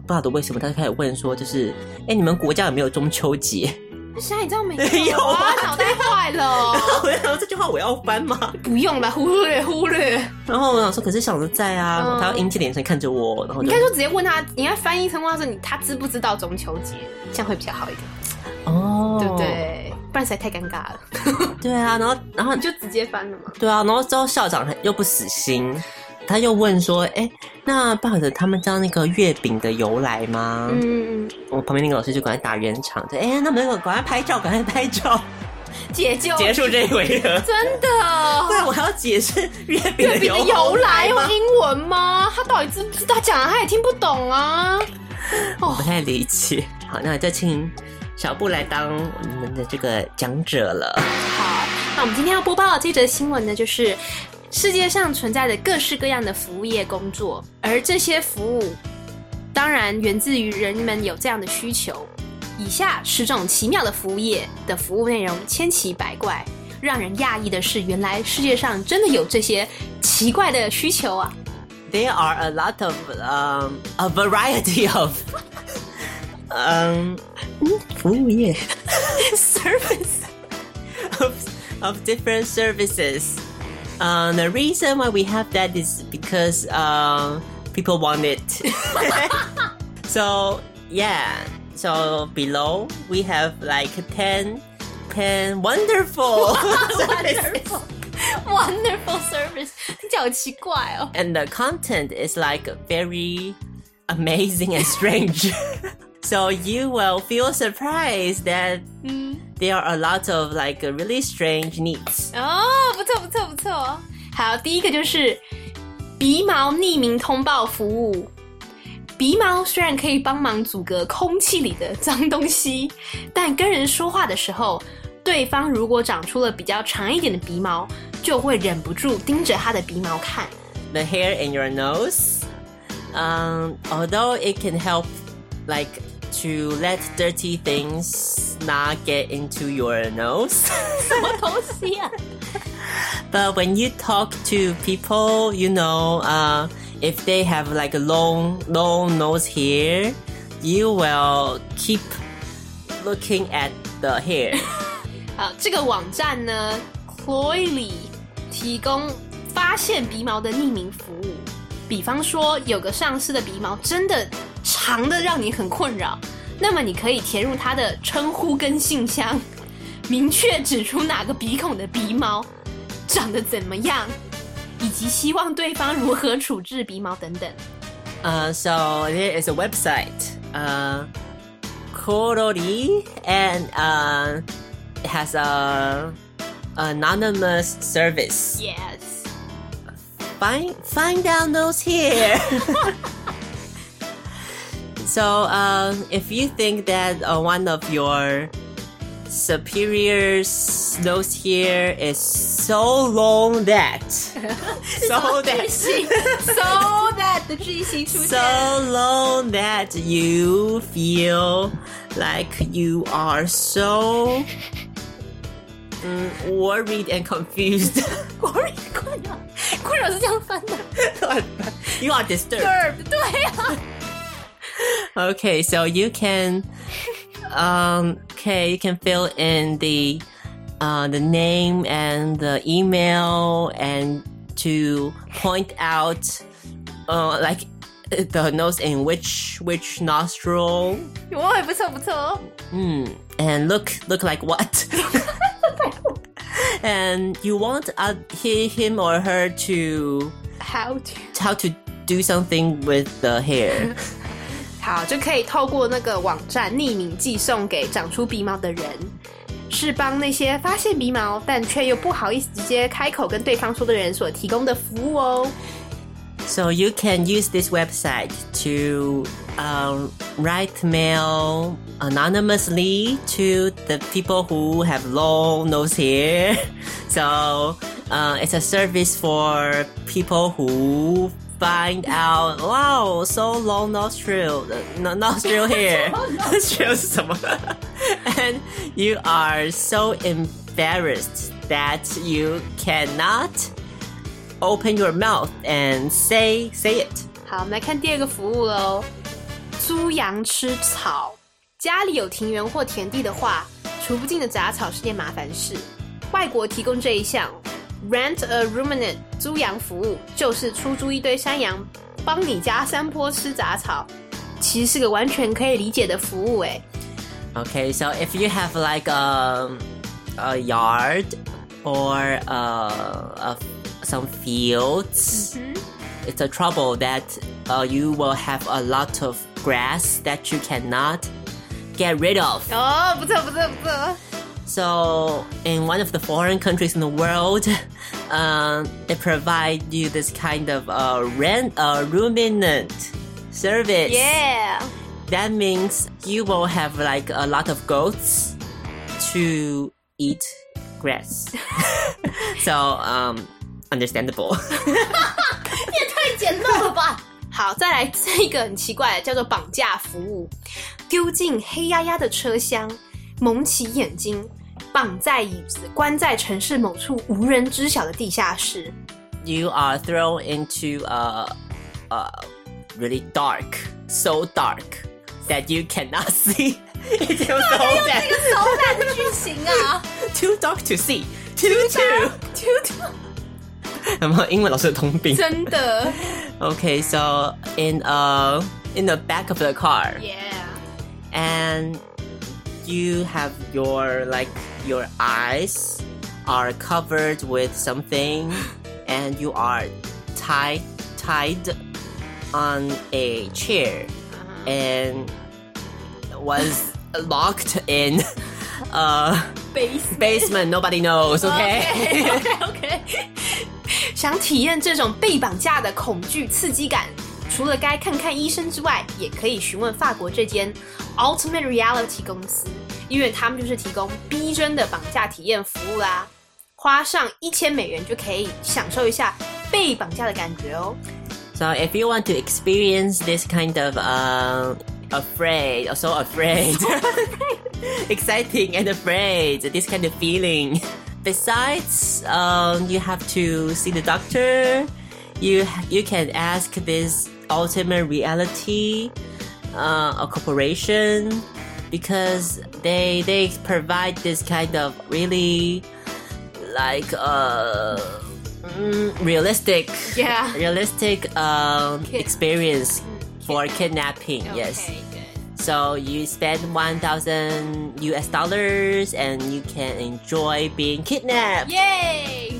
[SPEAKER 5] 不晓得为什么，他就开始问说，就是哎，你们国家有没有中秋节？
[SPEAKER 6] 现在你知道没
[SPEAKER 5] 没有啊
[SPEAKER 6] 啊，脑袋坏了，哦
[SPEAKER 5] 我就想说这句话我要翻吗？
[SPEAKER 6] 不用了，忽略忽略。
[SPEAKER 5] 然后我想说，可是校长在啊，
[SPEAKER 6] 嗯
[SPEAKER 5] 他要殷切的眼神看着我，然后
[SPEAKER 6] 你
[SPEAKER 5] 就
[SPEAKER 6] 应该说直接问他，你应该翻译成话说你他知不知道中秋节，这样会比较好一点，
[SPEAKER 5] 哦，
[SPEAKER 6] 对不？对？不然实在太尴尬了，
[SPEAKER 5] 对啊，然后然后
[SPEAKER 6] 你就直接翻了嘛。
[SPEAKER 5] 对啊，然后之后校长还又不死心，他又问说：“哎、那不晓得他们知道那个月饼的由来吗？”
[SPEAKER 6] 嗯，
[SPEAKER 5] 我旁边那个老师就赶快打圆场，就：“哎、那没有，赶快拍照，赶快拍照，
[SPEAKER 6] 解救
[SPEAKER 5] 结束这一回合。
[SPEAKER 6] 真的。”
[SPEAKER 5] 不然我还要解释哦月饼
[SPEAKER 6] 月
[SPEAKER 5] 的
[SPEAKER 6] 饼的
[SPEAKER 5] 由
[SPEAKER 6] 由来
[SPEAKER 5] 吗
[SPEAKER 6] 用？英文吗？他到底知不知道讲啊？他也听不懂啊。
[SPEAKER 5] 我不太理解。好，那就请小布来当我们的这个讲者了。
[SPEAKER 6] 好，那我们今天要播报的这则新闻呢，就是世界上存在的各式各样的服务业工作，而这些服务当然源自于人们有这样的需求。以下十种奇妙的服务业的服务内容千奇百怪，让人讶异的是，原来世界上真的有这些奇怪的需求啊！
[SPEAKER 5] There are a lot of um a variety of 嗯嗯服务业 service of of different services. Uh, the reason why we have that is because uh, people want it. so yeah. So below we have like 10, 10 wonderful services.
[SPEAKER 6] Wonderful service，听起来好奇怪哦。
[SPEAKER 5] and the content is like very amazing and strange. so you will feel surprised that
[SPEAKER 6] 嗯，
[SPEAKER 5] there are a lot of like really strange needs.
[SPEAKER 6] 哦，不错不错不错。好，第一个就是鼻毛匿名通报服务。鼻毛虽然可以帮忙阻隔空气里的脏东西，但跟人说话的时候，对方如果长出了比较长一点的鼻毛，就会忍不住盯着他的鼻毛看。
[SPEAKER 5] The hair in your nose, um, although it can help like to let dirty things not get into your nose.
[SPEAKER 6] 什么东西啊？
[SPEAKER 5] But when you talk to people, you know, uh, if they have like a long, long nose hair, you will keep looking at the hair.
[SPEAKER 6] 啊，这个网站呢，Cloyly 提供发现鼻毛的匿名服务。比方说，有个上司的鼻毛真的长的让你很困扰，那么你可以填入他的称呼跟信箱，明确指出哪个鼻孔的鼻毛长得怎么样，以及希望对方如何处置鼻毛等等。
[SPEAKER 5] Uh, so there is a website, uh, Korori, and uh, it has a anonymous service.
[SPEAKER 6] Yes，
[SPEAKER 5] find find out those here. so um, if you think that uh, one of your superiors nose here is so long that so
[SPEAKER 6] 巨
[SPEAKER 5] that
[SPEAKER 6] 星，so that 的巨星出现
[SPEAKER 5] so。long that you feel like you are so mm, worried and confused
[SPEAKER 6] 我也 困扰，困扰是这样翻的。
[SPEAKER 5] you are disturbed
[SPEAKER 6] 对啊，
[SPEAKER 5] Okay, so you can, um, okay, you can fill in the, uh, the name and the email and to point out, uh, like the nose in which which nostril.
[SPEAKER 6] 我也不错不错哦。
[SPEAKER 5] Mm, and look, look like what? and you want uh, he, him or her to
[SPEAKER 6] How to
[SPEAKER 5] how to do something with the hair.
[SPEAKER 6] 好，就可以透过那个网站匿名寄送给长出鼻毛的人，是帮那些发现鼻毛但却又不好意思直接开口跟对方说的人所提供的服务哦。
[SPEAKER 5] So you can use this website to um, write mail anonymously to the people who have long nose hair. So uh, it's a service for people who find out, wow, so long nostril, no, nostril hair, nostril 是什么 and you are so embarrassed that you cannot open your mouth and say say it.
[SPEAKER 6] 好，我们来看第二个服务喽。猪羊吃草，家里有庭园或田地的话，除不尽的杂草是件麻烦事。外国提供这一项 rent a ruminant 猪羊服务，就是出租一堆山羊，帮你家山坡吃杂草，其实是个完全可以理解的服务诶。
[SPEAKER 5] Okay, so if you have like a a yard or a, a some fields, it's a trouble that uh, you will have a lot of grass that you cannot get rid of.
[SPEAKER 6] 哦，不错不错不错。
[SPEAKER 5] So, in one of the foreign countries in the world, um, they provide you this kind of uh, rent, uh, ruminant service.
[SPEAKER 6] Yeah，
[SPEAKER 5] That means you will have like a lot of goats to eat grass. so, um, understandable.
[SPEAKER 6] 太简陋了吧！ 好，再来这一个很奇怪的，叫做绑架服务，丢进黑压压的车厢，蒙起眼睛，绑在椅子，关在城市某处无人知晓的地下室。
[SPEAKER 5] you are thrown into a, a really dark, so dark that you cannot see. It feels so bad.
[SPEAKER 6] 好烂的剧情啊！
[SPEAKER 5] Too dark to see. ah? Too too. too.
[SPEAKER 6] 真的
[SPEAKER 5] okay, so in uh in the back of the car,
[SPEAKER 6] ，Yeah，
[SPEAKER 5] and you have your like your eyes are covered with something, and you are tied tied on a chair and was locked in uh
[SPEAKER 6] 悲死。
[SPEAKER 5] basement nobody knows okay
[SPEAKER 6] OK OK。想体验这种被绑架的恐惧刺激感，除了该看看医生之外，也可以询问法国这间 Ultimate Reality 公司，因为他们就是提供逼真的绑架体验服务啦。花上一千美元就可以享受一下被绑架的感觉哦。
[SPEAKER 5] so if you want to experience this kind of uh afraid or so afraid exciting and afraid this kind of feeling besides um you have to see the doctor you you can ask this ultimate reality uh, a corporation because they they provide this kind of really like uh mm, realistic
[SPEAKER 6] Yeah.
[SPEAKER 5] realistic um
[SPEAKER 6] Kid-
[SPEAKER 5] experience for kidnapping yes
[SPEAKER 6] Okay, good.
[SPEAKER 5] so you spend 1000 US dollars and you can enjoy being kidnapped
[SPEAKER 6] 耶！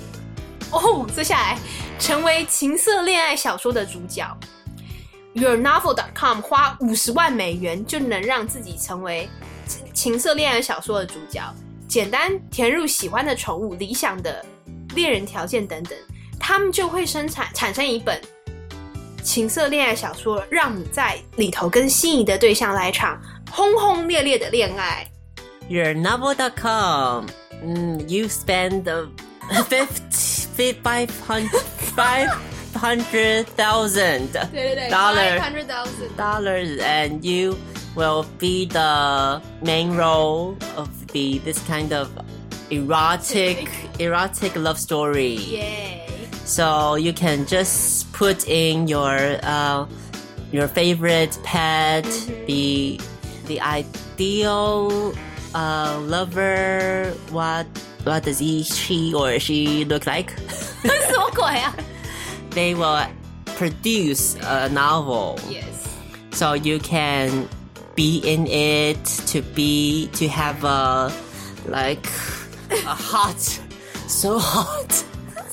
[SPEAKER 6] 哦，接下来成为情色恋爱小说的主角。YourNovel.com 花五十万美元就能让自己成为情情色恋爱小说的主角，简单填入喜欢的宠物、理想的恋人条件等等，他们就会生产产生一本情色恋爱小说，让你在里头跟心仪的对象来一场轰轰烈烈的恋爱。
[SPEAKER 5] your novel.com. Mm, you spend uh, 50, 500 500,000
[SPEAKER 6] 对对
[SPEAKER 5] Dollar
[SPEAKER 6] hundred thousand。
[SPEAKER 5] dollars and you will be the main role of the this kind of erotic erotic love story.
[SPEAKER 6] 耶！
[SPEAKER 5] So you can just put in your uh, your favorite pet, the the ideal uh, lover. What what does he she or she look like?
[SPEAKER 6] 什么鬼啊
[SPEAKER 5] They will produce a novel.
[SPEAKER 6] ？Yes。
[SPEAKER 5] so you can be in it to be to have a like a hot so hot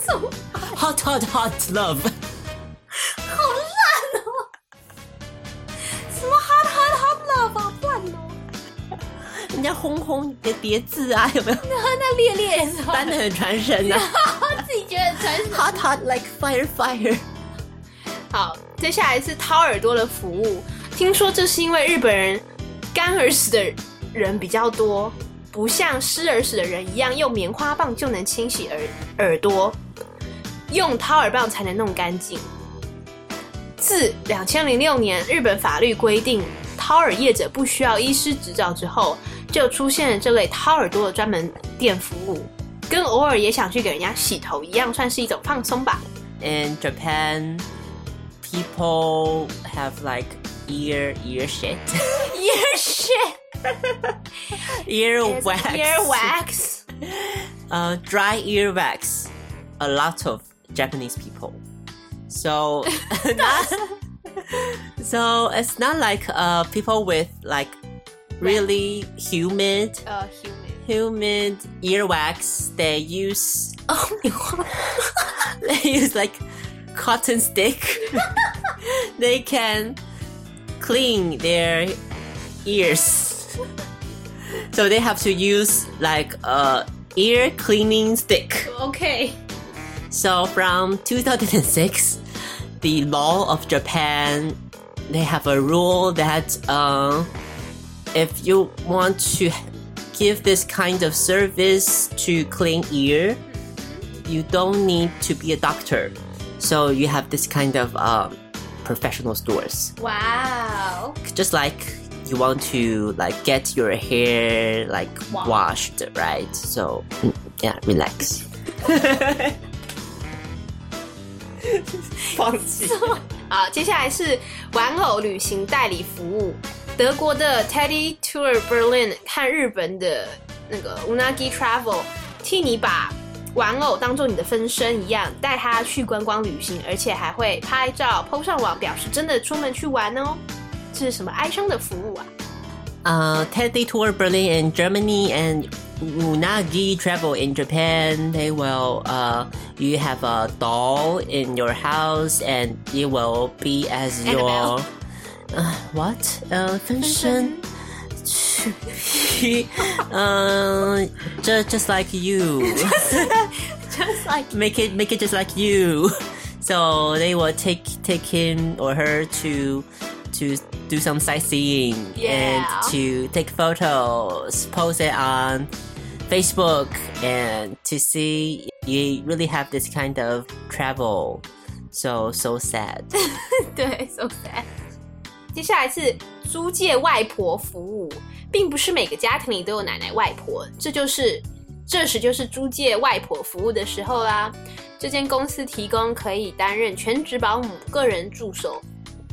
[SPEAKER 5] hot hot hot love
[SPEAKER 6] 好烂哦！什么 hot
[SPEAKER 5] 人家轰轰的叠字啊，有没有？
[SPEAKER 1] 那烈烈也是
[SPEAKER 5] 搬的很传神啊
[SPEAKER 1] 自己觉得传神。
[SPEAKER 5] ，hot hot like fire fire。
[SPEAKER 6] 好，接下来是掏耳朵的服务。听说这是因为日本人干耳屎的人比较多，不像湿耳屎的人一样用棉花棒就能清洗耳耳朵，用掏耳棒才能弄干净。自两千零六年日本法律规定掏耳业者不需要医师执照之后，就出现了这类掏耳朵的专门店服务，跟偶尔也想去给人家洗头一样，算是一种放松吧。
[SPEAKER 5] In Japan, people have like ear ear shit,
[SPEAKER 6] Ear shit。
[SPEAKER 5] ear
[SPEAKER 6] is
[SPEAKER 5] wax,
[SPEAKER 6] Earwax.
[SPEAKER 5] uh, dry ear wax. A lot of Japanese people. So, not, so it's not like uh people with like really humid
[SPEAKER 6] Uh,
[SPEAKER 5] humid
[SPEAKER 6] human.
[SPEAKER 5] earwax. They use
[SPEAKER 6] Oh,
[SPEAKER 5] they use like cotton stick. they can clean their ears. so they have to use like a ear cleaning stick.
[SPEAKER 6] okay.
[SPEAKER 5] So from 2006, the law of Japan, they have a rule that uh, if you want to give this kind of service to clean ear, you don't need to be a doctor. So you have this kind of um, professional stores,
[SPEAKER 6] Wow.
[SPEAKER 5] just like you want to like get your hair like washed, right? So mm, yeah, relax.
[SPEAKER 6] 啊，接下来是玩偶旅行代理服务，德国的 Teddy Tour Berlin 和日本的那个 Unagi Travel 替你把玩偶当做你的分身一样，带它去观光旅行，而且还会拍照 PO 上网，表示真的出门去玩哦。这是什么哀伤的服务啊？
[SPEAKER 5] uh, Teddy Tour Berlin in Germany and Unagi Travel in Japan. They will, uh, you have a doll in your house and it will be as your.
[SPEAKER 6] Annabelle.
[SPEAKER 5] Uh, what? Uh, 分身 uh, just, just like you.
[SPEAKER 6] Just like
[SPEAKER 5] make it make it just like you. So they will take take him or her to to do some sightseeing
[SPEAKER 6] Yeah.
[SPEAKER 5] and to take photos, post it on Facebook and to see you really have this kind of travel. So so sad.
[SPEAKER 6] 对，so sad。接下来是租借外婆服务，并不是每个家庭里都有奶奶外婆，这就是这时就是租借外婆服务的时候啦。这间公司提供可以担任全职保姆、个人助手、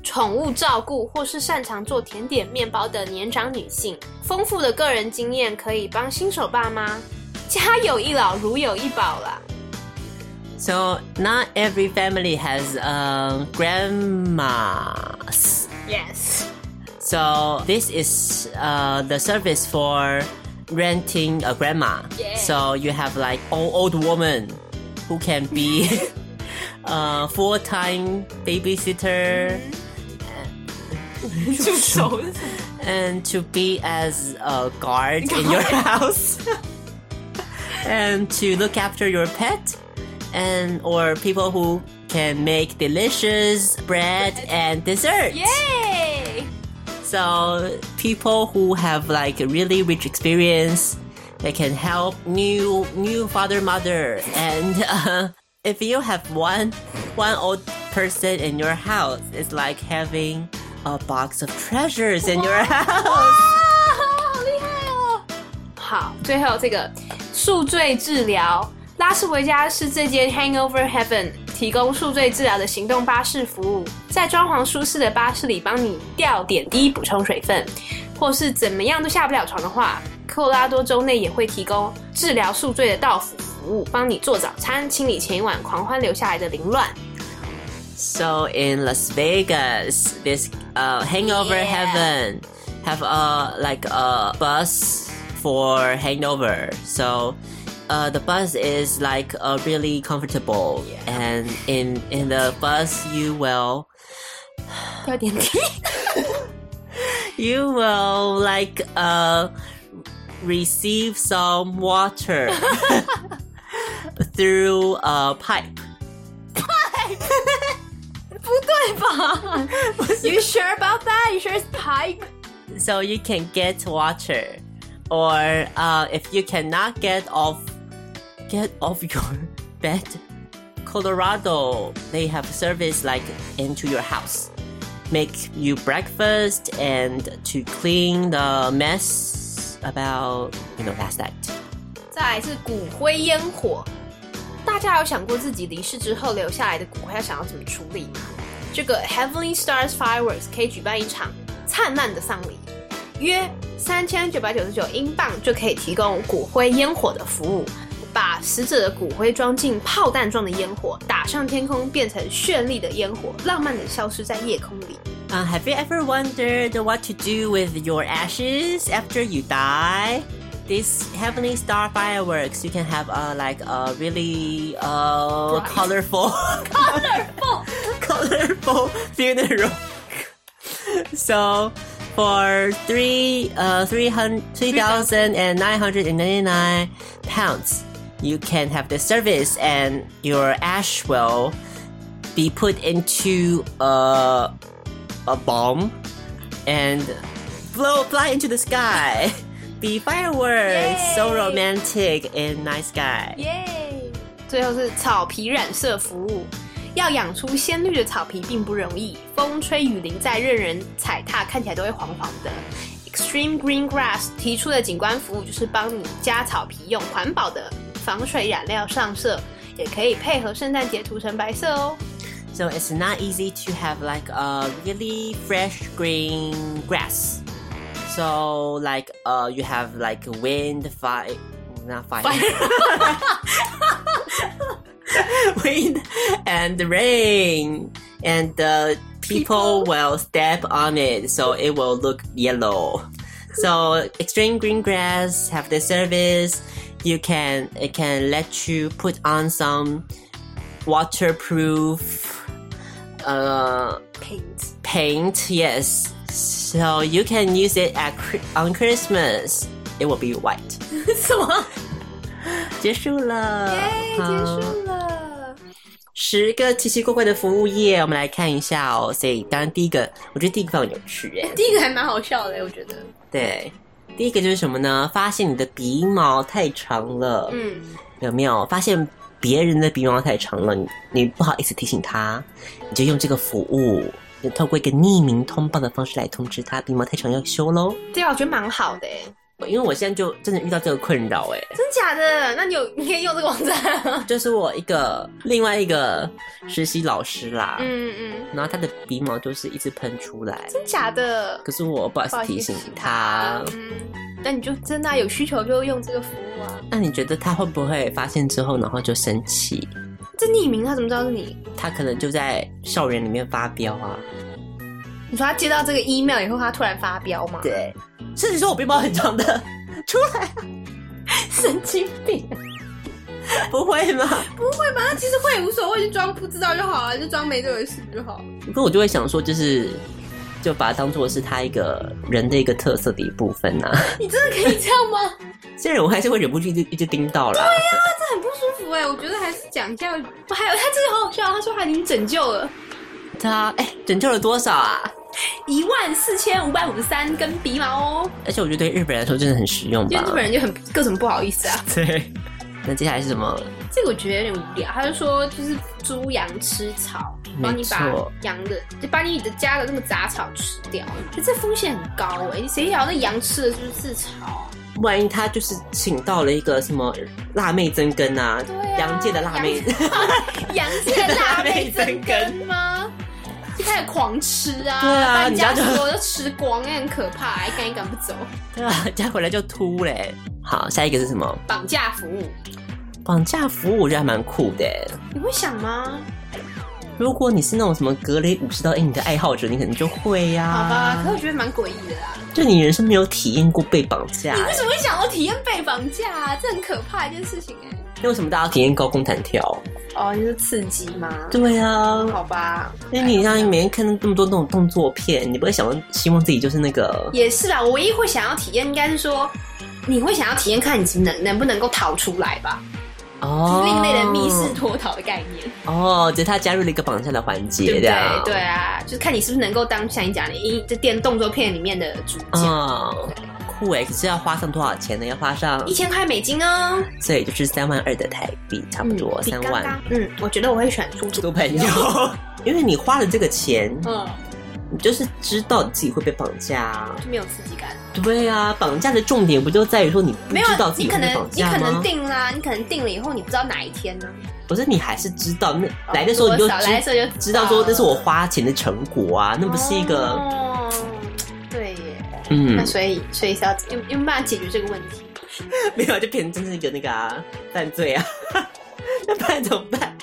[SPEAKER 6] 宠物照顾或是擅长做甜点、面包的年长女性，丰富的个人经验可以帮新手爸妈。家有一老，如有一宝啦。
[SPEAKER 5] so not every family has um, grandmas.
[SPEAKER 6] Yes。
[SPEAKER 5] So this is uh, the service for renting a grandma.
[SPEAKER 6] Yeah.
[SPEAKER 5] So you have like old old woman who can be a full time babysitter and to be as a guard in your house and to look after your pet and or people who can make delicious bread and dessert.
[SPEAKER 6] Yay!
[SPEAKER 5] So people who have like a really rich experience, they can help new new father mother. And uh, if you have one one old person in your house, it's like having a box of treasures in your house.
[SPEAKER 6] 好厉害哦！好，最后这个宿醉治疗，拉斯维加是这间 Hangover Heaven 提供宿醉治疗的行动巴士服务，在装潢舒适的巴士里帮你吊点滴、补充水分，或是怎么样都下不了床的话，科罗拉多州内也会提供治疗宿醉的到府服务，帮你做早餐，清理前一晚狂欢留下来的凌乱。
[SPEAKER 5] So in Las Vegas, this uh, hangover
[SPEAKER 6] Yeah.
[SPEAKER 5] heaven have a like a bus for hangover. So uh, the bus is like uh, really comfortable, and in in the bus you will
[SPEAKER 6] 吊点滴，
[SPEAKER 5] you will like uh receive some water through a pipe.
[SPEAKER 6] 不对吧？You sure about that? You sure it's pipe?
[SPEAKER 5] so you can get water or uh, if you cannot get off get off your bed colorado they have service like into your house make you breakfast and to clean the mess about you know last night
[SPEAKER 6] 再来是骨灰烟火。大家有想过自己离世之后留下来的骨灰要想要怎么处理吗？这个 Heavenly Stars Fireworks 可以举办一场灿烂的丧礼，约三千九百九十九英镑就可以提供骨灰烟火的服务，把死者的骨灰装进炮弹状的烟火，打上天空，变成绚丽的烟火，浪漫的消失在夜空里。
[SPEAKER 5] uh, have you ever wondered what to do with your ashes after you die? This heavenly star fireworks, you can have uh, like a really uh, colorful, colorful, colorful funeral. so, for three uh, three hundred three thousand and nine hundred and ninety nine pounds, you can have the service, and your ash will be put into a a bomb and blow fly into the sky. Be fireworks, so romantic and nice guy.
[SPEAKER 6] 耶！最后是草皮染色服务，要养出鲜绿的草皮并不容易，风吹雨淋再任人踩踏，看起来都会黄黄的。Extreme Green Grass 提出的景观服务就是帮你加草皮，用环保的防水染料上色，也可以配合圣诞节涂成白色哦。
[SPEAKER 5] So it's not easy to have like a really fresh green grass. So like uh, you have like wind, fire, not fire, wind and rain, and uh, people, will step on it, so it will look yellow. So extreme green grass have the service. You can it can let you put on some waterproof uh,
[SPEAKER 6] Paint
[SPEAKER 5] paint. Yes, so you can use it at Chri- on Christmas. It will be white.
[SPEAKER 6] 什么？
[SPEAKER 5] 结束了，
[SPEAKER 6] 哎，
[SPEAKER 5] 好
[SPEAKER 6] 结束了。
[SPEAKER 5] 十个奇奇怪怪的服务业，我们来看一下哦。所以，当然第一个，我觉得第一个非常有趣耶。
[SPEAKER 6] 第一个还蛮好笑的，我觉得。
[SPEAKER 5] 对，第一个就是什么呢？发现你的鼻毛太长了，
[SPEAKER 6] 嗯，
[SPEAKER 5] 有没有发现别人的鼻毛太长了？你你不好意思提醒他，你就用这个服务，就透过一个匿名通报的方式来通知他鼻毛太长要修喽。
[SPEAKER 6] 对啊，我觉得蛮好的，哎，
[SPEAKER 5] 因为我现在就真的遇到这个困扰哎、
[SPEAKER 6] 真假的？那你有你可以用这个网站啊。
[SPEAKER 5] 就是我一个另外一个实习老师啦，
[SPEAKER 6] 嗯嗯。
[SPEAKER 5] 然后他的鼻毛就是一直喷出来，
[SPEAKER 6] 真假的？
[SPEAKER 5] 可是我不好意
[SPEAKER 6] 不
[SPEAKER 5] 思
[SPEAKER 6] 好
[SPEAKER 5] 提
[SPEAKER 6] 意思
[SPEAKER 5] 醒他。
[SPEAKER 6] 嗯，那你就真的啊、有需求就用这个服务啊。
[SPEAKER 5] 那你觉得他会不会发现之后，然后就生气？
[SPEAKER 6] 这匿名他怎么知道是你？
[SPEAKER 5] 他可能就在校园里面发飙啊！
[SPEAKER 6] 你说他接到这个 email 以后，他突然发飙吗？
[SPEAKER 5] 对，甚至说我鼻毛很长的， 出来
[SPEAKER 6] 神经病！
[SPEAKER 5] 不会吗？
[SPEAKER 6] 不会吧？他其实会无所谓，就装不知道就好了，就装没这回事就好。
[SPEAKER 5] 不过我就会想说，就是就把它当做是他一个人的一个特色的一部分啊。
[SPEAKER 6] 你真的可以这样 吗？
[SPEAKER 5] 虽然我还是会忍不住一直一直盯到啦。
[SPEAKER 6] 这很不舒服哎、我觉得还是讲一下。还有他这个好好笑，他说他已经拯救了
[SPEAKER 5] 他哎、拯救了多少啊？
[SPEAKER 6] 一万四千五百五十三根鼻毛哦，
[SPEAKER 5] 而且我觉得对日本人来说真的很实用
[SPEAKER 6] 因
[SPEAKER 5] 吧
[SPEAKER 6] 为日。本人就很各种不好意思啊。
[SPEAKER 5] 对。 那接下来是什么？
[SPEAKER 6] 这个我觉得有点无聊。他就说，就是猪羊吃草，帮你把
[SPEAKER 5] 没错
[SPEAKER 6] 羊的，就把你的家的那个杂草吃掉。就这风险很高哎、谁晓得那羊吃的就是草啊？
[SPEAKER 5] 万一他就是请到了一个什么辣妹增根啊，
[SPEAKER 6] 对啊
[SPEAKER 5] 洋界的辣妹，
[SPEAKER 6] 羊是 辣妹生根吗？就开始狂吃啊！
[SPEAKER 5] 对啊
[SPEAKER 6] 把你家
[SPEAKER 5] 你家就
[SPEAKER 6] 所有都吃光，哎很可怕、还赶也赶不走。
[SPEAKER 5] 对啊，加回来就秃嘞。好，下一个是什么？
[SPEAKER 6] 绑架服务，
[SPEAKER 5] 绑架服务我觉得还蛮酷的耶。
[SPEAKER 6] 你会想吗？
[SPEAKER 5] 如果你是那种什么格雷五十道阴影的爱好者，你可能就会呀、
[SPEAKER 6] 好吧，可我觉得蛮诡异的啦。
[SPEAKER 5] 就你人生没有体验过被绑 架
[SPEAKER 6] 你
[SPEAKER 5] 耶，
[SPEAKER 6] 为什么会想要体验被绑架、啊？这很可怕一件事情哎、
[SPEAKER 5] 那为什么大家体验高空弹跳？
[SPEAKER 6] 哦，你是刺激吗？
[SPEAKER 5] 对啊，
[SPEAKER 6] 好吧，
[SPEAKER 5] 因为你让你每天看到这么多那种动作片，你不会想希望自己就是那个
[SPEAKER 6] 也是啦，我唯一会想要体验应该是说，你会想要体验看你能能不能够逃出来吧？
[SPEAKER 5] 哦，
[SPEAKER 6] 另类的密室脱逃的概念，
[SPEAKER 5] 哦，就是他加入了一个绑架的环节，
[SPEAKER 6] 对不
[SPEAKER 5] 这样
[SPEAKER 6] 对？对啊，就是看你是不是能够当像你讲的一这电动作片里面的主角。
[SPEAKER 5] 嗯，酷哎，可是要花上多少钱呢？要花上
[SPEAKER 6] 一，千块美金哦，
[SPEAKER 5] 所以就是三万二的台币，差不多
[SPEAKER 6] 比
[SPEAKER 5] 三
[SPEAKER 6] 刚
[SPEAKER 5] 万
[SPEAKER 6] 刚。嗯，我觉得我会选出租
[SPEAKER 5] 多朋友， 因为你花了这个钱，
[SPEAKER 6] 嗯，
[SPEAKER 5] 你就是知道自己会被绑架啊。
[SPEAKER 6] 就没有刺激感。
[SPEAKER 5] 对啊，绑架的重点不就在于说你不
[SPEAKER 6] 没有啊
[SPEAKER 5] 知道，自
[SPEAKER 6] 你
[SPEAKER 5] 己
[SPEAKER 6] 可
[SPEAKER 5] 会被
[SPEAKER 6] 能
[SPEAKER 5] 绑
[SPEAKER 6] 你
[SPEAKER 5] 架
[SPEAKER 6] 可能
[SPEAKER 5] 吗？
[SPEAKER 6] 定啦，你可能定了以后，你不知道哪一天呢？
[SPEAKER 5] 不是，你还是知道那
[SPEAKER 6] 哦
[SPEAKER 5] 来的时候你就
[SPEAKER 6] 多少来的时
[SPEAKER 5] 知
[SPEAKER 6] 候就
[SPEAKER 5] 知道说这是我花钱的成果啊，那不是一个
[SPEAKER 6] 哦，对耶。
[SPEAKER 5] 嗯
[SPEAKER 6] 那，所以所以是要有有没有办法解决这个问题？
[SPEAKER 5] 没有就变成真是一个那个啊犯罪啊， 那不然怎么办？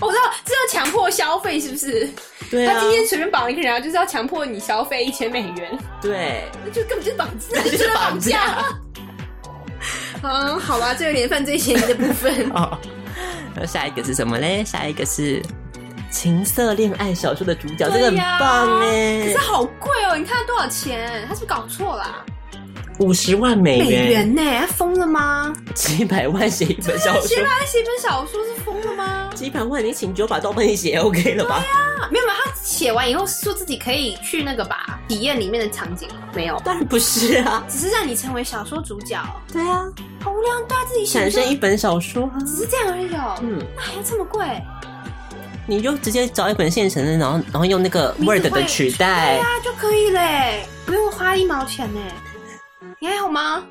[SPEAKER 6] 我知道，这叫强迫消费是不是？
[SPEAKER 5] 对
[SPEAKER 6] 他
[SPEAKER 5] 啊
[SPEAKER 6] 今，天随便绑一个人，然后就是要强迫你消费一千美元，
[SPEAKER 5] 对，
[SPEAKER 6] 那就根本就是绑架，
[SPEAKER 5] 那就是绑架。
[SPEAKER 6] 就是绑架。 嗯，好吧，这有点犯罪嫌疑的部分
[SPEAKER 5] 哦，那下一个是什么嘞？下一个是情色恋爱小说的主角，这个很
[SPEAKER 6] 对呀
[SPEAKER 5] 棒哎，
[SPEAKER 6] 可是好贵哦！你看它多少钱？他是不是搞错啊啦？
[SPEAKER 5] 五十万美
[SPEAKER 6] 美
[SPEAKER 5] 元，
[SPEAKER 6] 元呢、他疯了吗？
[SPEAKER 5] 几百万写一本小
[SPEAKER 6] 写
[SPEAKER 5] 说，
[SPEAKER 6] 他写一本小说是疯了吗？
[SPEAKER 5] 几百万你请九把刀帮你写 OK 了吧？
[SPEAKER 6] 啊，没有没有，他写完以后是说自己可以去那个吧，体验里面的场景没有，
[SPEAKER 5] 当然不是啊，
[SPEAKER 6] 只是让你成为小说主角，
[SPEAKER 5] 对啊，
[SPEAKER 6] 洪亮对他自己写
[SPEAKER 5] 产
[SPEAKER 6] 说
[SPEAKER 5] 生一本小说啊，
[SPEAKER 6] 只是这样而已哦，
[SPEAKER 5] 嗯，
[SPEAKER 6] 那还要这么贵？
[SPEAKER 5] 你就直接找一本现成的，然后然后用那个
[SPEAKER 6] 你只
[SPEAKER 5] Word 的
[SPEAKER 6] 会
[SPEAKER 5] 取代
[SPEAKER 6] 对。啊呀、就可以嘞，不用花一毛钱呢。你还好吗？